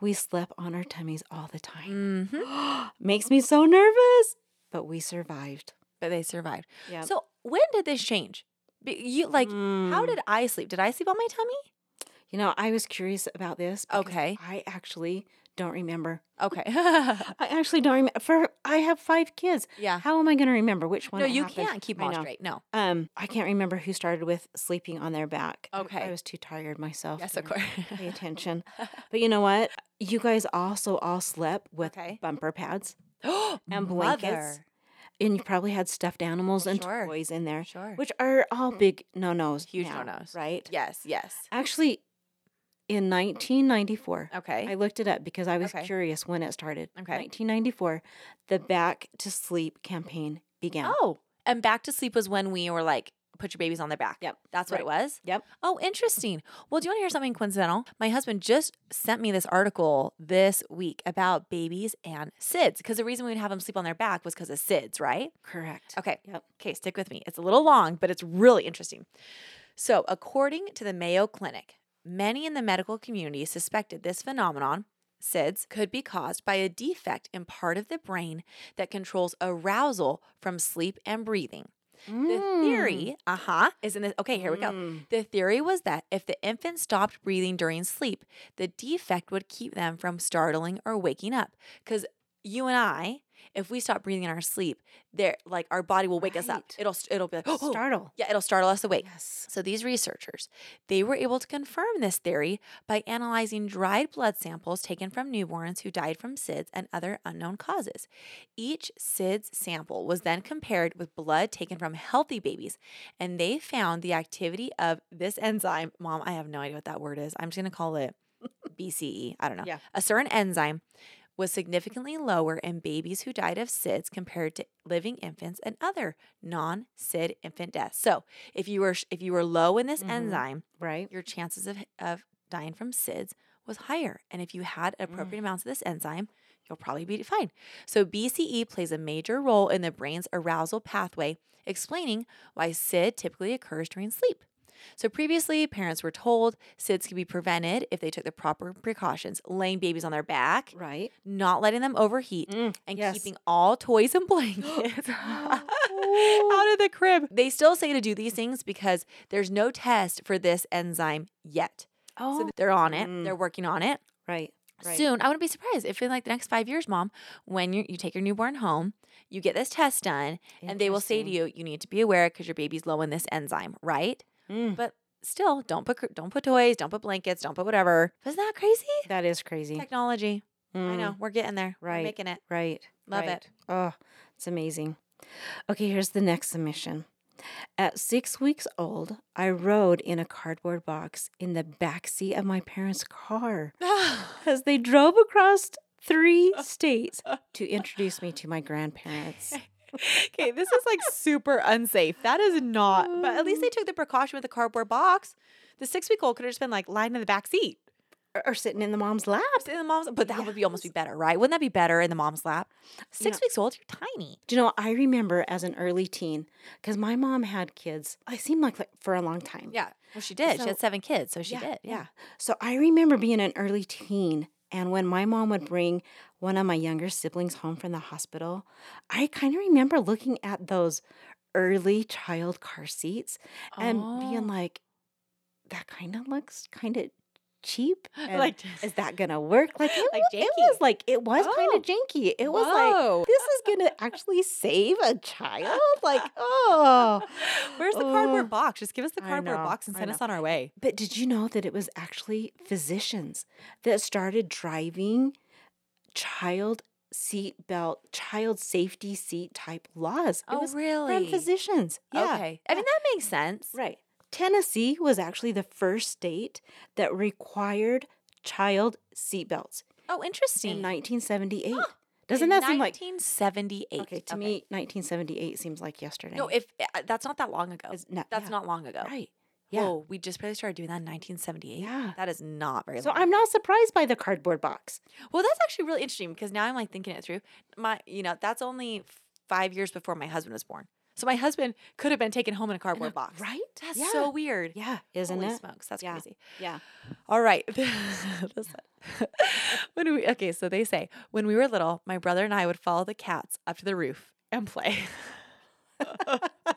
S3: We slept on our tummies all the time.
S2: hmm
S3: *gasps* Makes me so nervous, but we survived.
S2: But they survived.
S3: Yeah.
S2: So when did this change? Be- You like how did I sleep? Did I sleep on my tummy?
S3: Mm. you know? I was curious about this. because
S2: Okay.
S3: I actually don't remember. *laughs*
S2: Okay. *laughs*
S3: I actually don't remember. For I have five kids. *laughs*
S2: yeah.
S3: How am I going to remember which one?
S2: Uh. No,
S3: it
S2: you
S3: happened?
S2: can't keep
S3: I
S2: them all
S3: know.
S2: straight. No.
S3: Um, I can't remember who started with sleeping on their back. I- I,
S2: Okay.
S3: was too tired myself.
S2: Yes,
S3: to
S2: of course. *laughs*
S3: Pay attention. But you know what? You guys also all slept with
S2: Okay.
S3: bumper pads,
S2: and
S3: And blankets. and you probably had stuffed animals and
S2: Sure.
S3: toys in there,
S2: Sure. Mm.
S3: which are all big no nos.
S2: Huge no-nos.
S3: Right?
S2: yes, yes.
S3: Actually, in 1994,
S2: Okay.
S3: I looked it up because I was
S2: Okay.
S3: curious when it started.
S2: Okay.
S3: 1994, the Back to Sleep campaign began.
S2: Oh, and back to sleep was when we were like, put your babies on their back.
S3: Yep,
S2: That's what it was.
S3: Yep.
S2: Oh, interesting. Well, do you want to hear something coincidental? My husband just sent me this article this week about babies and SIDS because the reason we'd have them sleep on their back was because of SIDS, right?
S3: Correct.
S2: Okay.
S3: Yep.
S2: Okay, stick with me. It's a little long, but it's really interesting. So, according to the Mayo Clinic, many in the medical community suspected this phenomenon, SIDS, could be caused by a defect in part of the brain that controls arousal from sleep and breathing. The theory, uh huh, is in this. Okay, here we go. *gasps*
S3: Mm.
S2: The theory was that if the infant stopped breathing during sleep, the defect would keep them from startling or waking up. Because you and I, if we stop breathing in our sleep, there like our body will wake us up.
S3: Right.
S2: It'll it'll be like *gasps* oh,
S3: Startle.
S2: yeah, it'll startle us awake.
S3: Yes.
S2: So these researchers, they were able to confirm this theory by analyzing dried blood samples taken from newborns who died from SIDS and other unknown causes. Each SIDS sample was then compared with blood taken from healthy babies, and they found the activity of this enzyme. Mom, I have no idea what that word is. I'm just going to call it BCE. E, I don't know.
S3: Yeah.
S2: A certain enzyme was significantly lower in babies who died of SIDS compared to living infants and other non-SID infant deaths. So, if you were sh- if you were low in this
S3: Mhm.
S2: enzyme,
S3: Right.
S2: your chances of of dying from SIDS was higher. And if you had
S3: Mm.
S2: appropriate amounts of this enzyme, you'll probably be fine. So BCE plays a major role in the brain's arousal pathway, explaining why SID typically occurs during sleep. So previously, parents were told SIDS could be prevented if they took the proper precautions, laying babies on their back,
S3: Right.
S2: not letting them overheat,
S3: Mm,
S2: and
S3: yes.
S2: keeping all toys and *laughs*
S3: *gasps*
S2: blankets out of the crib. They still say to do these things because there's no test for this enzyme yet.
S3: Oh.
S2: So they're on it,
S3: Mm.
S2: they're working on it.
S3: right. Right.
S2: Soon, I wouldn't be surprised if in like the next five years, mom, when you, you take your newborn home, you get this test done, and they will say to you, you need to be aware because your baby's low in this enzyme, right?
S3: Mm.
S2: But still, don't put cr- don't put toys, don't put blankets, don't put whatever. Isn't that crazy?
S3: That is crazy.
S2: Technology. I
S3: Mm,
S2: know we're getting there. We're
S3: Right.
S2: making it.
S3: Right.
S2: Love
S3: right.
S2: it.
S3: Oh, it's amazing. Okay, here's the next submission. At six weeks old, I rode in a cardboard box in the backseat of my parents' *sighs* car as they drove across *laughs* three states to introduce me to my grandparents.
S2: *laughs* Okay, this is like super unsafe. That is not. But at least they took the precaution with the cardboard box. The six week old could have just been like lying in the back seat.
S3: or, or sitting in the mom's lap.
S2: Sit in the mom's, but that would be almost be better, right? Wouldn't that be better in the mom's lap? Six
S3: Yeah.
S2: weeks old, you're tiny.
S3: Do you know, I remember as an early teen, because my mom had kids, I seemed like, like for a long time.
S2: Yeah. Well, she did. she
S3: So-
S2: had seven kids, so she
S3: yeah,
S2: did.
S3: yeah. So I remember being an early teen, and when my mom would bring one of my younger siblings home from the hospital, I kind of remember looking at those early child car seats and
S2: Oh.
S3: being like, that kind of looks kind of
S2: *gasps*
S3: cheap.
S2: *laughs*
S3: and
S2: Oh, like,
S3: is that gonna work? Like, it,
S2: *laughs* Like
S3: wa- it was
S2: janky.
S3: like it was kind
S2: Oh.
S3: of janky. It was
S2: Whoa.
S3: like this is gonna actually save a child. Like, oh,
S2: *laughs* where's the
S3: oh.
S2: cardboard box? Just give us the
S3: I
S2: cardboard
S3: know,
S2: box and
S3: I
S2: send
S3: know.
S2: us on our way.
S3: But did you know that it was actually physicians that started driving child seat belt, child safety seat type laws? It was from
S2: Oh, really?
S3: physicians. Yeah.
S2: Okay. I mean, that makes sense.
S3: Right. Tennessee was actually the first state that required child seat belts
S2: Oh,
S3: in
S2: interesting.
S3: 1978.
S2: Huh.
S3: Doesn't that seem like
S2: 1978?
S3: Okay, to me 1978 seems like yesterday.
S2: No, if uh, that's not that long ago.
S3: It's not-
S2: that's
S3: yeah.
S2: not long ago.
S3: right.
S2: Yeah.
S3: Yeah.
S2: Whoa, we just probably started doing that in 1978.
S3: Yeah.
S2: That is not very
S3: So
S2: long.
S3: I'm not surprised by the cardboard box.
S2: well, that's actually really interesting because now I'm like thinking it through. My, you know, that's only f- five years before my husband was born. So my husband could have been taken home in a cardboard box.
S3: Uh, Right?
S2: That's
S3: Yeah.
S2: so weird.
S3: Yeah, isn't
S2: Holy
S3: it?
S2: smokes, that's
S3: Yeah.
S2: crazy.
S3: Yeah.
S2: All right. *laughs* This- *laughs* when we okay, so they say when we were little, my brother and I would follow the cats up to the roof and play.
S3: *laughs*
S2: *laughs*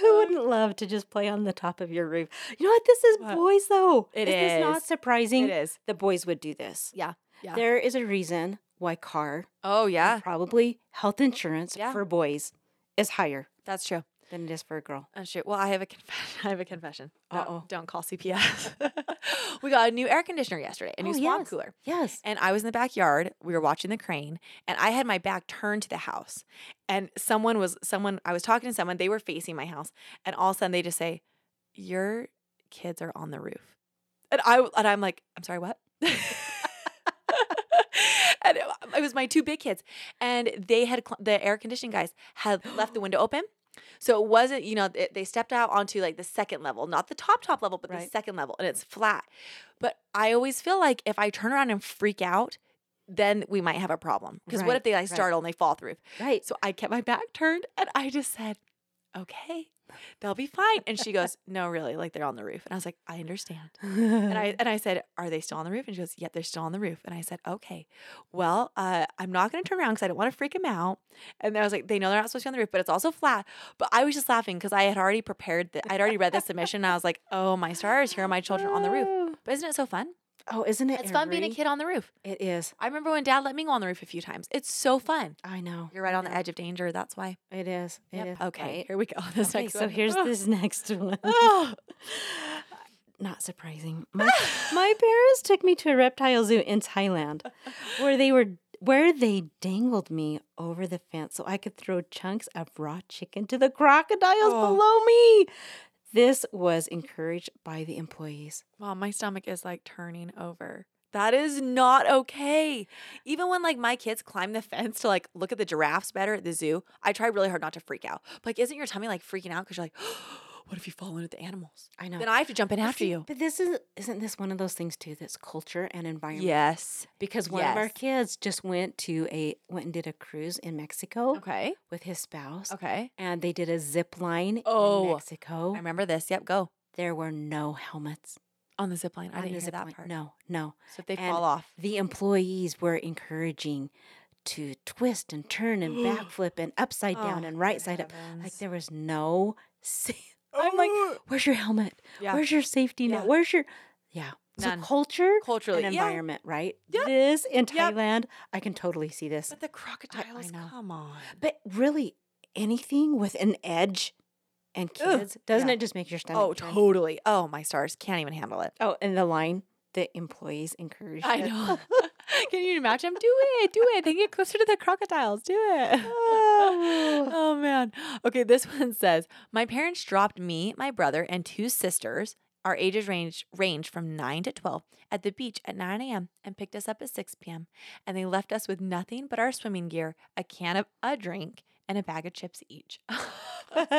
S3: Who wouldn't love to just play on the top of your roof? You know what? This is
S2: What?
S3: boys, though.
S2: It
S3: Isn't this
S2: is.
S3: not surprising?
S2: it is.
S3: The boys would do this.
S2: Yeah. Yeah.
S3: There is a reason why car,
S2: Oh yeah,
S3: and probably health insurance
S2: Yeah.
S3: for boys, is higher
S2: that's true.
S3: than it is for a girl.
S2: Oh shit. Well, I have a confession. *laughs* I have a confession. Don't-
S3: Uh-oh.
S2: Don't call CPS. *laughs* we got a new air conditioner yesterday, a new
S3: Oh,
S2: swamp
S3: yes.
S2: cooler.
S3: Yes.
S2: And I was in the backyard. We were watching the crane, and I had my back turned to the house. And someone was someone. I was talking to someone. They were facing my house, and all of a sudden they just say, "Your kids are on the roof," and I and I'm like, "I'm sorry, what?" *laughs* and it, um, it was my two big kids, and they had cl- the air conditioning guys had left
S3: *gasps*
S2: the window open. So it wasn't, you know, th- they stepped out onto like the second level, not the top, top level, but the
S3: Right.
S2: second level, and it's flat. But I always feel like if I turn around and freak out, then we might have a problem. Because what
S3: Right,
S2: if they like startle and they fall through?
S3: Right.
S2: So I kept my back turned and I just said, okay, they'll be fine. And she goes, no, really, like they're on the roof. And I was like, I understand.
S3: and
S2: And I and I said, "Are they still on the roof?" And she goes, "Yep, they're still on the roof." And I said, "Okay, well, uh, I'm not going to turn around because I don't want to freak them out." And I was like, "They know they're not supposed to be on the roof, but it's also flat." But I was just laughing because I had already prepared that I'd already read the submission. And I was like, "Oh my stars, here are my children on the roof."
S3: *laughs*
S2: But isn't it so fun?
S3: *laughs* Oh, isn't
S2: *laughs*
S3: it?
S2: It's fun being a
S3: every-
S2: kid on the roof.
S3: It is.
S2: I remember when Dad let me go on the roof a few times. It's so fun.
S3: I know.
S2: You're right on the edge of danger. That's why.
S3: It is. It
S2: Yep.
S3: is.
S2: Okay,
S3: Right.
S2: here we go. *laughs* This
S3: Okay,
S2: next
S3: so
S2: one.
S3: here's this *laughs* next one.
S2: Oh.
S3: Not surprising. My,
S2: *laughs*
S3: my parents took me to a reptile zoo in Thailand where they were where they dangled me over the fence so I could throw chunks of raw chicken to the crocodiles
S2: Oh.
S3: below me. This was encouraged by the employees.
S2: Wow, my stomach is like turning over. That is not okay. Even when like my kids climb the *laughs* fence to like look at the giraffes better at the zoo, I try really hard not to freak out. But like, isn't your tummy like freaking out because you're like, *gasps* what if you fall in with the animals?
S3: I know.
S2: Then I have to jump in
S3: But
S2: after
S3: see-
S2: *laughs* you.
S3: But this is isn't this one of those things too that's culture and environment?
S2: Yes.
S3: Because one of our
S2: yes.
S3: kids just went to a went and did a cruise in Mexico
S2: Okay.
S3: with his spouse.
S2: Okay.
S3: And they did a zip line
S2: Oh,
S3: in
S2: I
S3: Mexico.
S2: I remember this. Yep. Go
S3: there were no helmets.
S2: on the zip line. I
S3: on
S2: didn't
S3: the
S2: hear
S3: zip
S2: that
S3: line.
S2: part.
S3: No, no.
S2: So if they
S3: And
S2: fall off,
S3: The employees were encouraging to twist and
S2: *gasps*
S3: turn and backflip and upside down
S2: Oh,
S3: and right
S2: good
S3: side up. Like
S2: heavens.
S3: there was no. *laughs* Sa- I'm like,
S2: Ooh.
S3: where's your helmet?
S2: Oh, Yeah.
S3: Where's your safety net?
S2: Yeah.
S3: Where's your? Yeah. So
S2: None.
S3: culture,
S2: Culturally,
S3: and
S2: yeah.
S3: environment, right?
S2: Yep.
S3: This in
S2: Yep.
S3: Thailand, I can totally see this.
S2: but the crocodiles.
S3: know.
S2: Come on.
S3: But really, anything with an edge and
S2: Ugh,
S3: kids, doesn't
S2: yeah.
S3: it just make your stomach?
S2: Oh,
S3: turn?
S2: totally. Oh, my stars. Can't even handle it.
S3: Oh, and the line the employees
S2: *laughs*
S3: encourage.
S2: I know. Can you imagine? Do it, do it. They get closer to the crocodiles. Do it.
S3: Oh.
S2: oh man. Okay, this *laughs* one says, My parents dropped me, my brother, and two sisters. Our ages range range from nine to twelve at the beach at nine a.m. and picked us up at six p.m. and they left us with nothing but our swimming gear, a can of a drink, and a bag of chips each. *laughs*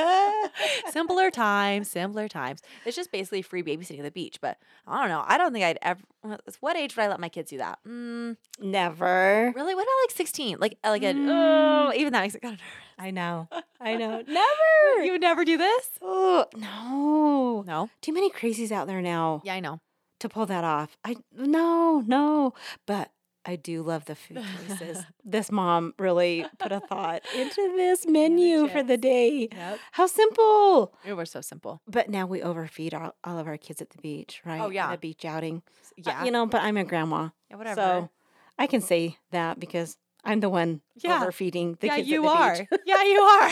S2: simpler times, simpler times. It's just basically free babysitting at the beach, but I don't know. I don't think I'd ever. well, it's- What age would I let my kids do that? Mm,
S3: *laughs*
S2: *laughs*
S3: Never.
S2: really? What about like sixteen? Like like a
S3: Mm.
S2: oh, even that makes it kind *laughs* of
S3: I know. I *laughs* know.
S2: never. You would never do this?
S3: Oh, no.
S2: No.
S3: Too many crazies out there now
S2: Yeah, I know.
S3: to pull that off. I no, no. But I do love the food
S2: *laughs*
S3: choices. this mom really put a thought into this menu for the day.
S2: Yep.
S3: How simple.
S2: It was so simple.
S3: But now we overfeed all, all of our kids at the beach, right? At
S2: Oh, yeah.
S3: a beach outing. Uh,
S2: Yeah.
S3: you know, but I'm a grandma.
S2: yeah whatever.
S3: So I can say that because I'm the one
S2: Yeah.
S3: overfeeding the
S2: yeah,
S3: kids.
S2: you
S3: at
S2: are.
S3: the beach.
S2: *laughs* yeah, you are.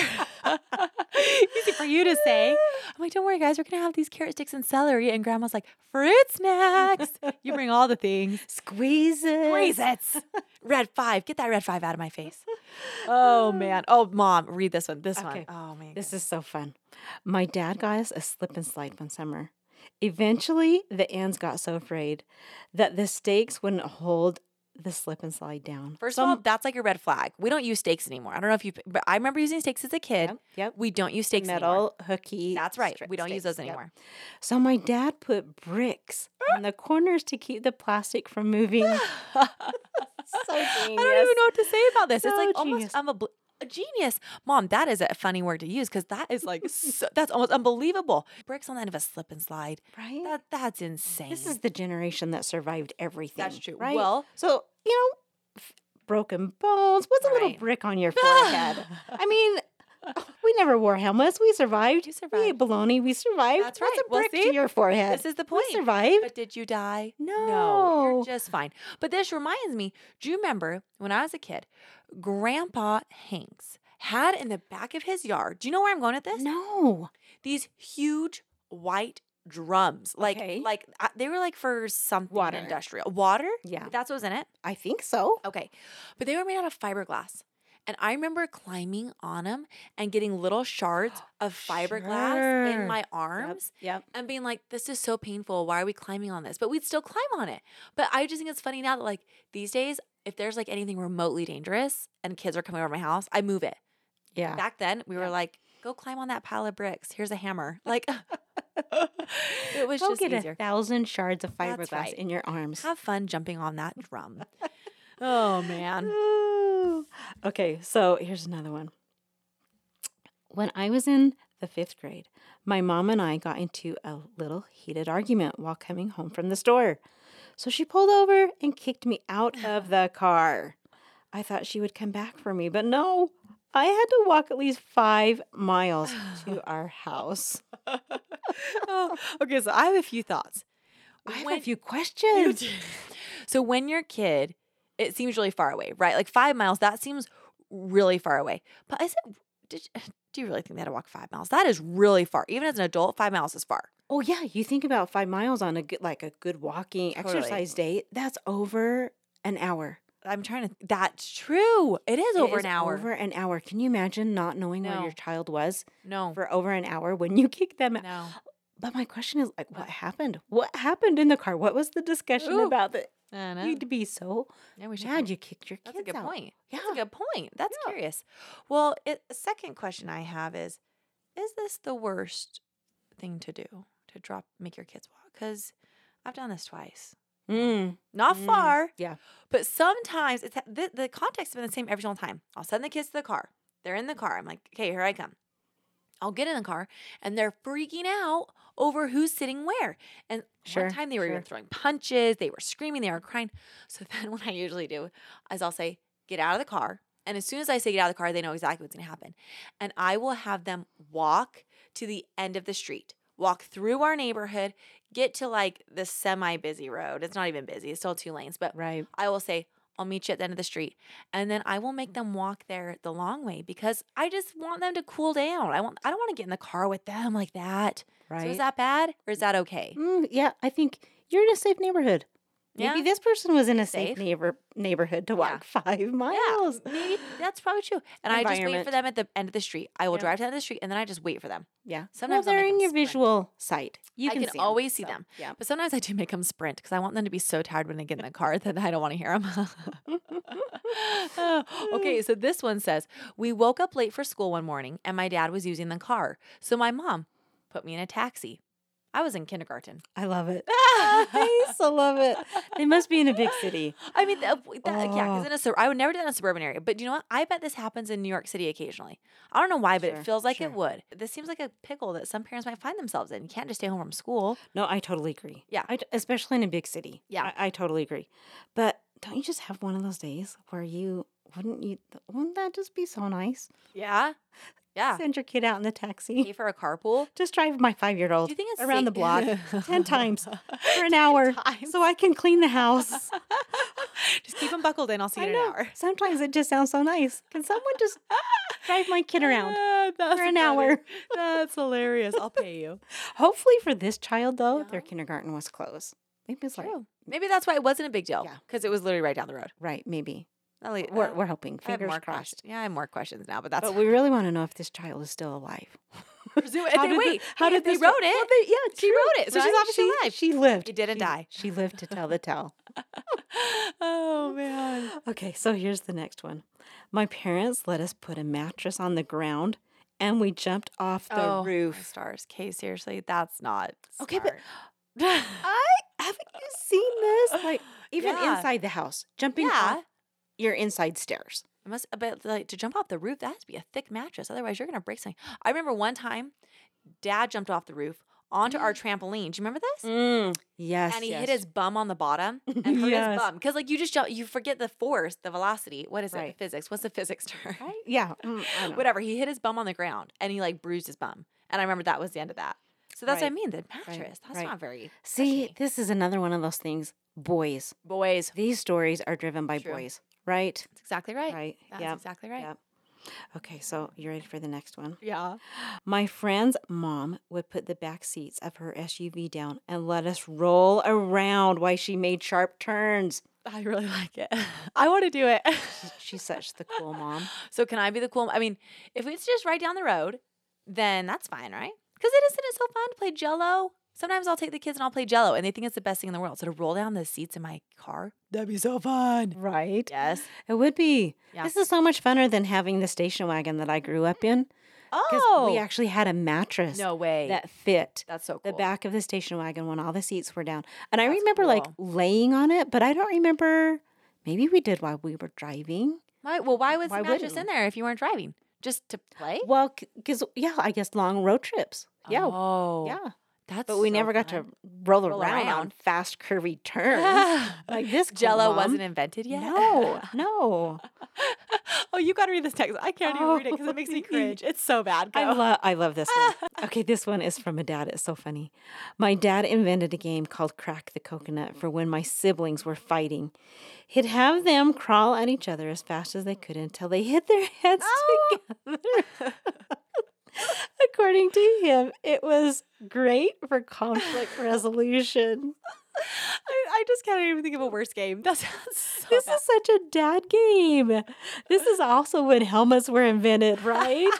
S2: Easy for you to *laughs* say. I'm like, don't worry, guys. We're gonna have these carrot sticks and celery, and Grandma's like, fruit *laughs* snacks. you bring all the things.
S3: Squeeze it.
S2: Raisins. *laughs* Red five. Get that red five out of my face. Oh man. Oh mom, read this one. This one.
S3: Okay.
S2: Oh man.
S3: This is so fun. My dad got us a slip and slide one summer. Eventually, the ants got so afraid that the stakes wouldn't hold the slip and slide down.
S2: First of all, that's like a red flag. We don't use stakes anymore. I don't know if you, but I remember using stakes as a kid.
S3: Yep. yep.
S2: We don't use stakes anymore.
S3: Metal, hooky.
S2: That's right.
S3: stra-
S2: We don't use
S3: stakes,
S2: those
S3: yep.
S2: anymore.
S3: So my dad put
S2: *gasps*
S3: bricks on the corners to keep the plastic
S2: *laughs*
S3: from moving. *laughs* so
S2: I don't even know what to say about this. it's
S3: So
S2: like
S3: genius.
S2: almost I'm a. a genius. Mom, that is a funny word to use because that is like, *laughs* so, that's almost unbelievable. Bricks on the end of a slip and slide.
S3: Right?
S2: That, that's insane.
S3: this is the generation that survived everything.
S2: that's true.
S3: Right?
S2: Well,
S3: so, you know, f- broken bones. What's a little
S2: Right.
S3: brick on
S2: *laughs*
S3: your forehead? I mean, *laughs* we never wore helmets. We survived.
S2: You
S3: We
S2: survived.
S3: ate bologna. We survived.
S2: That's
S3: What's
S2: right.
S3: a
S2: Well,
S3: brick
S2: see?
S3: to your forehead?
S2: this is the
S3: we
S2: point.
S3: survived.
S2: But did you die?
S3: No.
S2: You're just fine. But this reminds me do you remember when I was a kid, Grandpa Hanks had in the back of his yard, do you know where I'm going with this?
S3: No.
S2: These huge white drums. Like,
S3: Okay.
S2: like uh, they were like for something
S3: Water.
S2: industrial. Water?
S3: Yeah,
S2: That's what was in it.
S3: I think so.
S2: Okay. But they were made out of fiberglass. And I remember climbing on them and getting little
S3: *gasps*
S2: shards of fiberglass
S3: Sure.
S2: in my arms
S3: Yep.
S2: and being like, this is so painful. Why are we climbing on this? But we'd still climb on it. But I just think it's funny now that, like, these days, if there's like anything remotely dangerous and kids are coming over my house, I move it.
S3: Yeah.
S2: Back then, we
S3: Yeah.
S2: were like, go climb on that pile of bricks. Here's a hammer. Like,
S3: *laughs*
S2: it was
S3: Go
S2: just
S3: get
S2: easier.
S3: a thousand shards of
S2: That's
S3: fiberglass
S2: right.
S3: in your arms.
S2: Have fun jumping on that
S3: *laughs*
S2: drum. oh, man.
S3: Ooh. Okay, so here's another one. When I was in the fifth grade, my mom and I got into a little heated argument while coming home from the store. So she pulled over and kicked me out
S2: *sighs*
S3: of the car. I thought she would come back for me, but no, I had to walk at least five miles
S2: *sighs*
S3: to our house.
S2: Oh, okay, so I have a few thoughts.
S3: I have
S2: When-
S3: a few questions.
S2: so when you're a kid, it seems really far away, right? Like five miles, that seems really far away. But is it? Did you, *sighs* do you really think they had to walk five miles? That is really far. Even as an adult, five miles is far.
S3: Oh yeah, you think about five miles on a good, like a good walking
S2: Totally.
S3: exercise day. That's over an hour.
S2: I'm trying to. That's true. It is
S3: It
S2: over
S3: is
S2: an hour.
S3: Over an hour. Can you imagine not knowing where
S2: No.
S3: your child was
S2: No,
S3: for over an hour when you *laughs* kicked them out?
S2: no.
S3: But my question is, like, what happened? What happened in the car? What was the discussion
S2: Ooh.
S3: about that
S2: I
S3: you'd be so
S2: Yeah, we should.
S3: mad you kicked your
S2: That's a
S3: kids
S2: good
S3: out?
S2: point.
S3: Yeah.
S2: That's a good point. That's
S3: Yeah.
S2: curious. Well, it, a second question I have is Is this the worst thing to do to drop, make your kids walk? Because I've done this twice.
S3: Mm.
S2: Not
S3: Mm,
S2: far.
S3: yeah.
S2: But sometimes it's the, the context has been the same every single time. I'll send the kids to the car. They're in the car. I'm like, okay, here I come. I'll get in the car and they're freaking out over who's sitting where. And
S3: Sure,
S2: one time they were
S3: sure.
S2: even throwing punches, they were screaming, they were crying. So *laughs* then what I usually do is I'll say, get out of the car. And as soon as I say get out of the car, they know exactly what's gonna happen. And I will have them walk to the end of the street, walk through our neighborhood, get to like the semi busy road. It's not even busy, it's still two lanes, but
S3: Right.
S2: I will say, I'll meet you at the end of the street. And then I will make them walk there the long way because I just want them to cool down. I want I don't want to get in the car with them like that.
S3: Right.
S2: So is that bad or is that okay?
S3: Mm, yeah, I think you're in a safe neighborhood. Maybe
S2: Yeah.
S3: this person was in a safe,
S2: Safe.
S3: neighbor neighborhood to
S2: Yeah.
S3: walk five miles.
S2: Maybe that's probably true. And I just wait
S3: Environment.
S2: for them at the end of the street. I will
S3: Yeah.
S2: drive to the end of the street and then I just wait for them.
S3: Yeah.
S2: Sometimes I'll
S3: well, they're
S2: make
S3: in
S2: 'em
S3: your
S2: sprint.
S3: visual sight. You
S2: I can
S3: see 'em,
S2: always see
S3: so,
S2: them. *laughs*
S3: Yeah.
S2: But sometimes I do make them sprint because I want them to be so tired when they get in the car that I don't want to hear them. *laughs* okay, so this one says We woke up late for school one morning and my dad was using the car. So my mom put me in a taxi. I was in
S3: *laughs*
S2: kindergarten.
S3: I love it.
S2: *laughs*
S3: I so love it. They must be in a big city.
S2: I mean, that, that, yeah,
S3: Oh.
S2: because in a sub- I would never do that in a suburban area. But you know what? I bet this happens in New York City occasionally. I don't know why, but
S3: Sure,
S2: it feels like
S3: sure.
S2: it would. This seems like a pickle that some parents might find themselves in. You can't just stay home from school.
S3: No, I totally agree.
S2: Yeah.
S3: I t especially in a big city.
S2: Yeah.
S3: I, I totally agree. But don't you just have one of those days where you wouldn't you? Wouldn't that just be so nice?
S2: Yeah, yeah.
S3: Send your kid out in the taxi.
S2: Pay for a carpool.
S3: *laughs* Just drive my five year
S2: Do
S3: old
S2: you think it's
S3: around the
S2: safe- *laughs*
S3: block ten times for an hour, *laughs*
S2: times.
S3: so I can clean
S2: *laughs*
S3: the house.
S2: Just keep them buckled in. I'll see you
S3: I
S2: in an
S3: know.
S2: hour.
S3: Sometimes it just sounds so nice. Can someone
S2: *laughs*
S3: just drive my kid around?
S2: Ah, *laughs* that's
S3: for an
S2: funny.
S3: hour.
S2: That's hilarious. I'll pay *laughs* you.
S3: Hopefully for this child though, their
S2: Yeah.
S3: kindergarten was closed. Maybe it's like
S2: True. Maybe that's why it wasn't a big deal.
S3: Yeah.
S2: Because it was literally right down the road.
S3: right, maybe.
S2: I'll leave-
S3: We're,
S2: uh,
S3: we're hoping.
S2: I have
S3: Fingers
S2: more
S3: crossed.
S2: questions. Yeah, I have more questions now, but that's *laughs*
S3: But we really want to know if this child is still alive.
S2: presume
S3: *laughs*
S2: if they
S3: did the-
S2: wait.
S3: how
S2: hey,
S3: did
S2: if they
S3: this
S2: wrote
S3: go- Well,
S2: it?
S3: they- yeah,
S2: She
S3: true,
S2: wrote it, so she's
S3: right?
S2: obviously
S3: She-
S2: alive.
S3: She lived.
S2: It didn't
S3: She-
S2: die.
S3: She lived to *laughs* tell the tale.
S2: oh man.
S3: Okay, so here's the next one. My parents let us put a mattress on the ground, and we jumped off the
S2: oh, my
S3: roof.
S2: stars. Okay, seriously, that's not
S3: Okay, but-
S2: but
S3: I haven't you *sighs* seen this? Like even
S2: Yeah.
S3: inside the house, jumping
S2: Yeah.
S3: off your inside stairs.
S2: It must, uh, but like to jump off the roof, that has to be a thick mattress. Otherwise, you're gonna break something. I remember one time, Dad jumped off the roof onto
S3: *gasps*
S2: our trampoline. Do you remember this?
S3: Mm, yes.
S2: and he
S3: yes.
S2: hit
S3: *laughs*
S2: his bum on the bottom and hurt his
S3: Yes.
S2: bum because like you just jump, you forget the force, the velocity. What is it?
S3: Right.
S2: The physics. What's the physics term? *laughs*
S3: Right? Yeah. mm, I know. *laughs*
S2: Whatever. He hit his bum on the ground and he like bruised his bum. And I remember that was the end of that. So that's what I
S3: Right.
S2: mean. The mattress. That's
S3: Right.
S2: not very
S3: See,
S2: touchy.
S3: this is another one of those things. Boys.
S2: boys.
S3: These stories are driven by
S2: True.
S3: boys, right?
S2: That's exactly right.
S3: Right.
S2: That's
S3: Yeah.
S2: exactly right.
S3: Yep. Okay, so you ready for the next one?
S2: Yeah.
S3: My friend's mom would put the back seats of her SUV down and let us roll around while she made sharp turns.
S2: I really *laughs* like it. I want to do it. *laughs*
S3: She's such the cool mom.
S2: so can I be the cool? I mean, if it's just right down the road, then that's fine, right? Because it isn't it so fun to play Jello? Sometimes I'll take the kids and I'll play Jello, and they think it's the best thing in the world. So to roll down the seats in my car, that'd be so fun.
S3: Right?
S2: Yes.
S3: It would be.
S2: Yeah.
S3: This is so much funner than having the station wagon that I grew up in. Because
S2: Oh,
S3: we actually had a mattress
S2: no way.
S3: that fit
S2: that's so
S3: the
S2: cool.
S3: back of the station wagon when all the seats were down. And I
S2: That's
S3: remember like
S2: cool.
S3: laying on it, but I don't remember. Maybe we did while we were driving.
S2: Why, well, why was
S3: Why
S2: the mattress in
S3: wouldn't?
S2: there if you weren't driving? Just to play?
S3: Well, because, yeah, I guess long road trips. Yeah.
S2: Oh,
S3: Yeah.
S2: That's.
S3: but we
S2: so
S3: never got to
S2: fun.
S3: roll around,
S2: Roll
S3: on
S2: around.
S3: fast *laughs* curvy turns. like this cool
S2: Jello
S3: mom.
S2: wasn't invented yet. *laughs*
S3: *laughs* No, no.
S2: oh, you got to read this text. I can't even read it because it
S3: *laughs*
S2: makes me cringe. It's so bad.
S3: Oh, I
S2: Go.
S3: love I love this one. Okay, this one is from a dad. It's so funny. My dad invented a game called Crack the Coconut for when my siblings were fighting. He'd have them crawl at each other as fast as they could until they hit their heads together. *laughs* According to him, it was great for conflict resolution.
S2: I, I just can't even think of a worse game. That sounds so
S3: This is such a dad game. This is also when helmets were invented, right?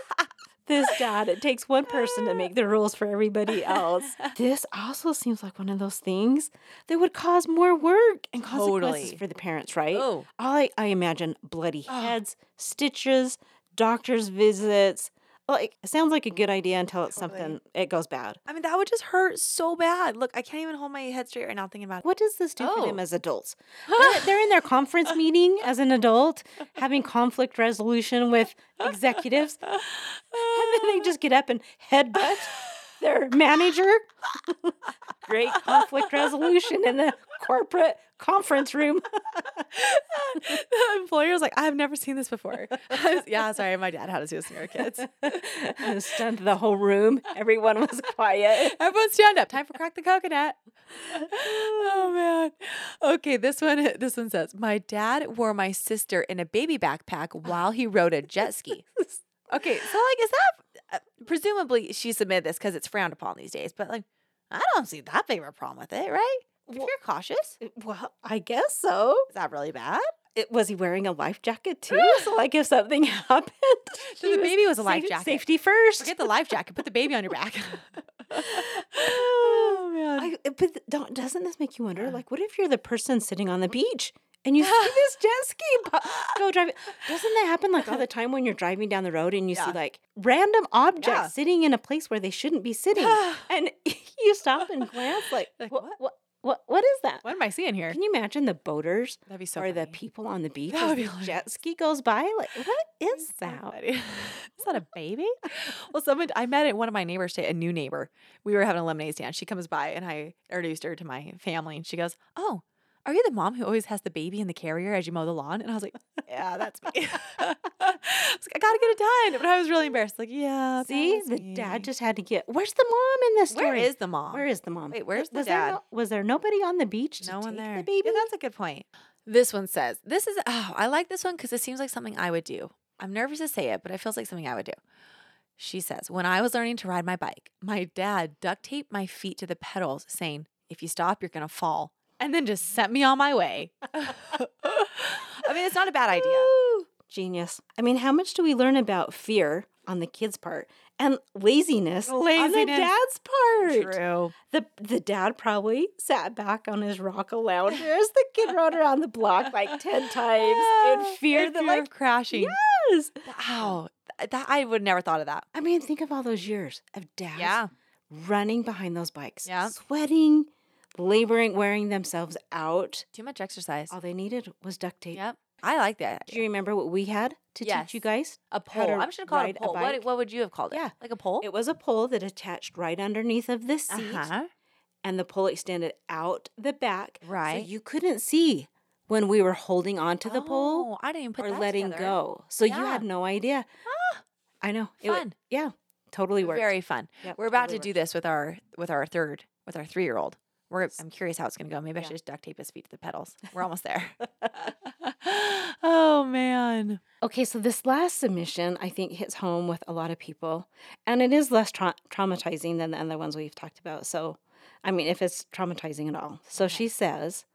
S3: this dad, it takes one person to make the rules for everybody else. This also seems like one of those things that would cause more work and consequences
S2: Totally.
S3: for the parents, right?
S2: Oh.
S3: I, I imagine bloody heads, stitches, doctor's visits. Like, it sounds like a good idea until it's
S2: Totally.
S3: something, it goes bad.
S2: I mean, that would just hurt so bad. Look, I can't even hold my head straight right now thinking about it.
S3: What does this do for them
S2: Oh.
S3: as adults? *gasps* They're, they're in their conference meeting as an *laughs* adult, having conflict resolution with executives, and then they just get up and headbutt their manager. *laughs* Great *laughs* conflict resolution in the corporate conference room. *laughs*
S2: the employer's like, I've never seen this before. *laughs* yeah, sorry, my dad had us do this to our
S3: *laughs*
S2: kids.
S3: Stunned the whole room. Everyone was *laughs* quiet.
S2: Everyone stand up. Time for crack the coconut. oh man. Okay, this one *laughs* this one says, My dad wore my sister in a baby
S3: *gasps*
S2: backpack while he rode a jet
S3: *laughs*
S2: ski. Okay, so like is that uh, presumably she submitted this cuz it's frowned upon these days, but like I don't see that big of a problem with it, right? If
S3: Well-
S2: you're cautious,
S3: Well, I guess so.
S2: is that really bad?
S3: It, was he wearing a life jacket *laughs* too? so, like, if something *laughs* happened,
S2: So the
S3: he was
S2: baby was a life
S3: safe-
S2: jacket.
S3: Safety first.
S2: Forget the life jacket, put the baby on your back.
S3: oh man! I, but th- don't, doesn't this make you wonder? Like, what if you're the person sitting on the beach and
S2: *laughs*
S3: you see this jet ski bu- go driving? Doesn't that happen
S2: *laughs*
S3: like all the time when you're driving down the road and you
S2: Yeah.
S3: see like random objects
S2: Yeah.
S3: sitting in a place where they shouldn't
S2: *sighs*
S3: be sitting, and *laughs* you stop and glance like,
S2: Like,
S3: what, what, what, what is that?
S2: what am I seeing here?
S3: Can you imagine the boaters
S2: That'd be so
S3: or the
S2: funny.
S3: people on the beach
S2: That
S3: as
S2: would be
S3: the jet ski goes by? Like, what is
S2: so
S3: that?
S2: funny. *laughs* Is that a
S3: *laughs*
S2: baby? well, someone I met at one of my neighbors today, a new neighbor. We were having a lemonade stand. She comes by and I introduced her to my family and she goes, Oh, are you the mom who always has the baby in the carrier as you mow the lawn? And I was like, Yeah, that's me. *laughs* I, was like, I gotta get it done. But I was really embarrassed. Like, yeah. that
S3: See,
S2: was
S3: the
S2: me."
S3: dad just had to get. Where's the mom in this story?
S2: Where is the mom?
S3: Where is the mom?
S2: Wait, where's the
S3: was There
S2: dad?
S3: no, was there nobody on the beach to
S2: no one
S3: take
S2: there.
S3: the baby?
S2: Yeah, that's a good point. This one says, "This is oh, I like this one because it seems like something I would do. I'm nervous to say it, but it feels like something I would do." She says, "When I was learning to ride my bike, my dad duct taped my feet to the pedals, saying, "If you stop, you're gonna fall," and then just sent me on my way. *laughs* I mean, it's not a bad idea.
S3: Ooh, genius. I mean, how much do we learn about fear on the kid's part and laziness, on the
S2: Laziness.
S3: dad's part?
S2: True.
S3: The the dad probably sat back on his rocker lounger as the kid rode around the block like
S2: *laughs*
S3: ten times
S2: Uh,
S3: in fear
S2: Oh, In
S3: that
S2: fear
S3: like
S2: of crashing.
S3: yes.
S2: Wow, Th- that I would never thought of that.
S3: I mean, think of all those years of dads
S2: Yeah,
S3: running behind those bikes,
S2: Yeah.
S3: sweating, laboring, wearing themselves out.
S2: too much exercise.
S3: All they needed was duct tape.
S2: Yep. I like that.
S3: Do you remember what we had to teach you
S2: Yes.
S3: guys?
S2: A
S3: How
S2: pole.
S3: to
S2: I'm just gonna call
S3: ride
S2: it
S3: a
S2: a pole.
S3: bike?
S2: What, what would you have called it?
S3: Yeah.
S2: like a pole.
S3: It was a pole that attached right underneath of the seat,
S2: uh-huh.
S3: and the pole extended out the back,
S2: Right.
S3: So you couldn't see when we were holding onto the pole
S2: Oh, I didn't even put
S3: or
S2: that
S3: letting
S2: together. *gasps*
S3: go. So you
S2: Yeah.
S3: had no idea. I know. It wa-
S2: Fun.
S3: yeah, totally worked.
S2: Very fun.
S3: Yep,
S2: We're about
S3: totally
S2: to do
S3: worked.
S2: this with our with our third with our three year old. We're I'm curious how it's gonna go. Maybe I
S3: Yeah.
S2: should just duct tape his feet to the pedals. We're almost there.
S3: *laughs*
S2: oh man.
S3: Okay, so this last submission I think hits home with a lot of people, and it is less tra- traumatizing than the other ones we've talked about. So, I mean, if it's traumatizing at all. So she says,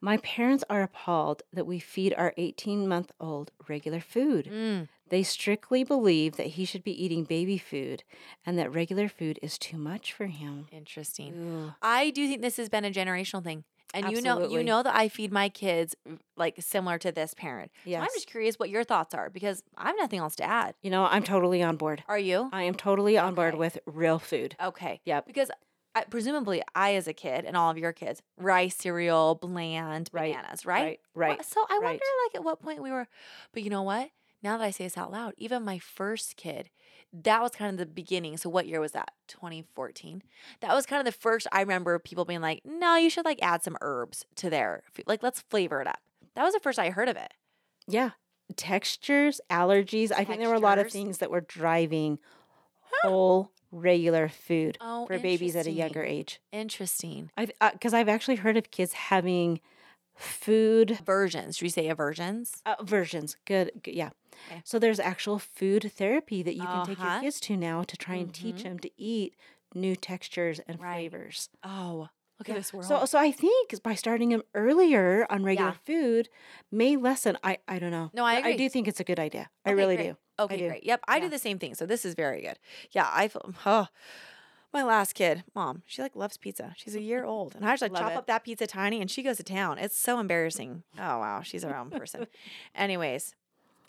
S3: My parents are appalled that we feed our 18 month old regular food.
S2: Mm.
S3: They strictly believe that he should be eating baby food and that regular food is too much for him.
S2: Interesting.
S3: Ooh.
S2: I do think this has been a generational thing. And you know,
S3: Absolutely.
S2: you know that I feed my kids mm, like similar to this parent. So
S3: Yes.
S2: I'm just curious what your thoughts are because I have nothing else to add.
S3: You know, I'm totally on board.
S2: Are you?
S3: I am totally on board
S2: Okay.
S3: with real food.
S2: Okay.
S3: Yep.
S2: Because I, presumably I, as a kid, and all of your kids, rice cereal, bland
S3: Right,
S2: bananas, right? Wha-
S3: Right.
S2: So I
S3: right.
S2: wonder, like, at what point we were. But you know what? Now that I say this out loud, even my first kid, that was kind of the beginning. So what year was that? 2014. That was kind of the first I remember people being like, "No, you should like add some herbs to their food. Like, let's flavor it up." That was the first I heard of it.
S3: Yeah. Textures, allergies. I think there were a lot of
S2: Textures.
S3: things that were driving whole regular food
S2: Oh,
S3: for babies at a younger
S2: interesting.
S3: age.
S2: Interesting
S3: I've because I've actually heard of kids having food
S2: aversions. Should we say aversions?
S3: uh, versions. Good, g- yeah.
S2: Okay.
S3: So there's actual food therapy that you can take your
S2: Uh-huh.
S3: kids to now to try and teach
S2: Mhm.
S3: them to eat new textures and
S2: Right.
S3: flavors.
S2: Oh, look
S3: Yeah.
S2: at this world.
S3: So, so I think by starting them earlier on regular food may lessen. I, I don't know.
S2: no, I agree.
S3: I do think it's a good idea. I
S2: Okay,
S3: really
S2: great.
S3: do.
S2: Okay,
S3: do.
S2: great. Yep, I
S3: Yeah.
S2: do the same thing. So this is very good. Yeah, I feel. Oh, my last kid, mom, she like loves pizza. She's a year old, and I just like
S3: Love
S2: chop
S3: it.
S2: up that pizza tiny, and she goes to town. It's so embarrassing. Oh wow, she's her own person. Anyways,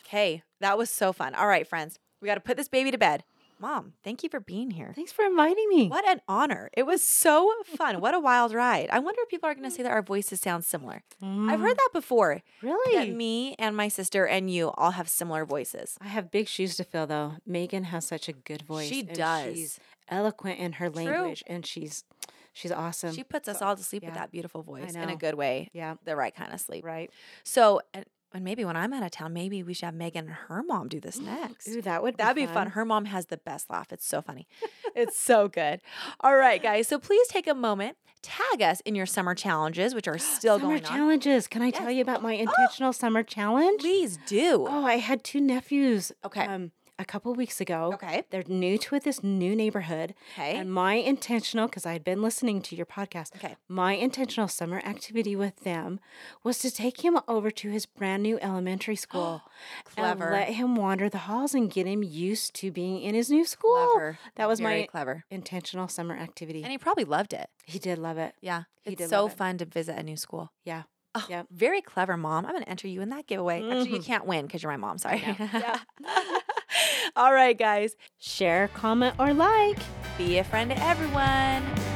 S2: okay, that was so fun. All right, friends, we got to put this baby to bed. Mom, thank you for being here.
S3: Thanks for inviting me.
S2: What an honor. It was so fun. What a wild ride. I wonder if people are
S3: *laughs*
S2: going to say that our voices sound similar. I've heard that before.
S3: Mm. really.
S2: That me and my sister and you all have similar voices.
S3: I have big shoes to fill, though. Megan has such a good voice.
S2: She
S3: and
S2: does.
S3: She's eloquent in her
S2: True.
S3: language, and she's she's awesome.
S2: She puts us all to sleep with
S3: yeah.
S2: that beautiful voice in
S3: know.
S2: a good way,
S3: yeah,
S2: the right kind of sleep.
S3: right.
S2: So, and, and maybe when I'm out of town, maybe we should have Megan and her mom do
S3: *gasps*
S2: this next.
S3: Ooh, that would
S2: That'd be fun. Her mom has the best laugh. It's so
S3: *laughs*
S2: funny. it's so good. All right, guys. So please take a moment, tag us in your summer challenges,
S3: *gasps*
S2: which are still
S3: Summer
S2: going on.
S3: challenges. Can I tell
S2: Yes. Oh,
S3: you about my intentional summer challenge?
S2: Please do.
S3: Oh, I had two nephews.
S2: Okay.
S3: Um, a couple weeks ago.
S2: Okay.
S3: They're new to it, this new neighborhood.
S2: Okay.
S3: And my intentional, because I had been listening to your podcast,
S2: Okay.
S3: my intentional summer activity with them was to take him over to his brand new
S2: *gasps*
S3: elementary school.
S2: Clever.
S3: And let him wander the halls and get him used to being in his new school.
S2: Clever.
S3: *laughs* That was
S2: Very
S3: my *laughs*
S2: clever.
S3: intentional summer activity.
S2: And he probably loved it.
S3: he did love it.
S2: Yeah.
S3: He did
S2: it's so
S3: love it.
S2: fun to visit a new school. *laughs*
S3: Yeah.
S2: Oh,
S3: Yep.
S2: Very clever, mom. I'm going to enter you in that giveaway. Actually,
S3: *laughs*
S2: you can't win because you're my mom. Sorry. *laughs* All right, guys.
S3: Share, comment, or like.
S2: Be a friend to everyone.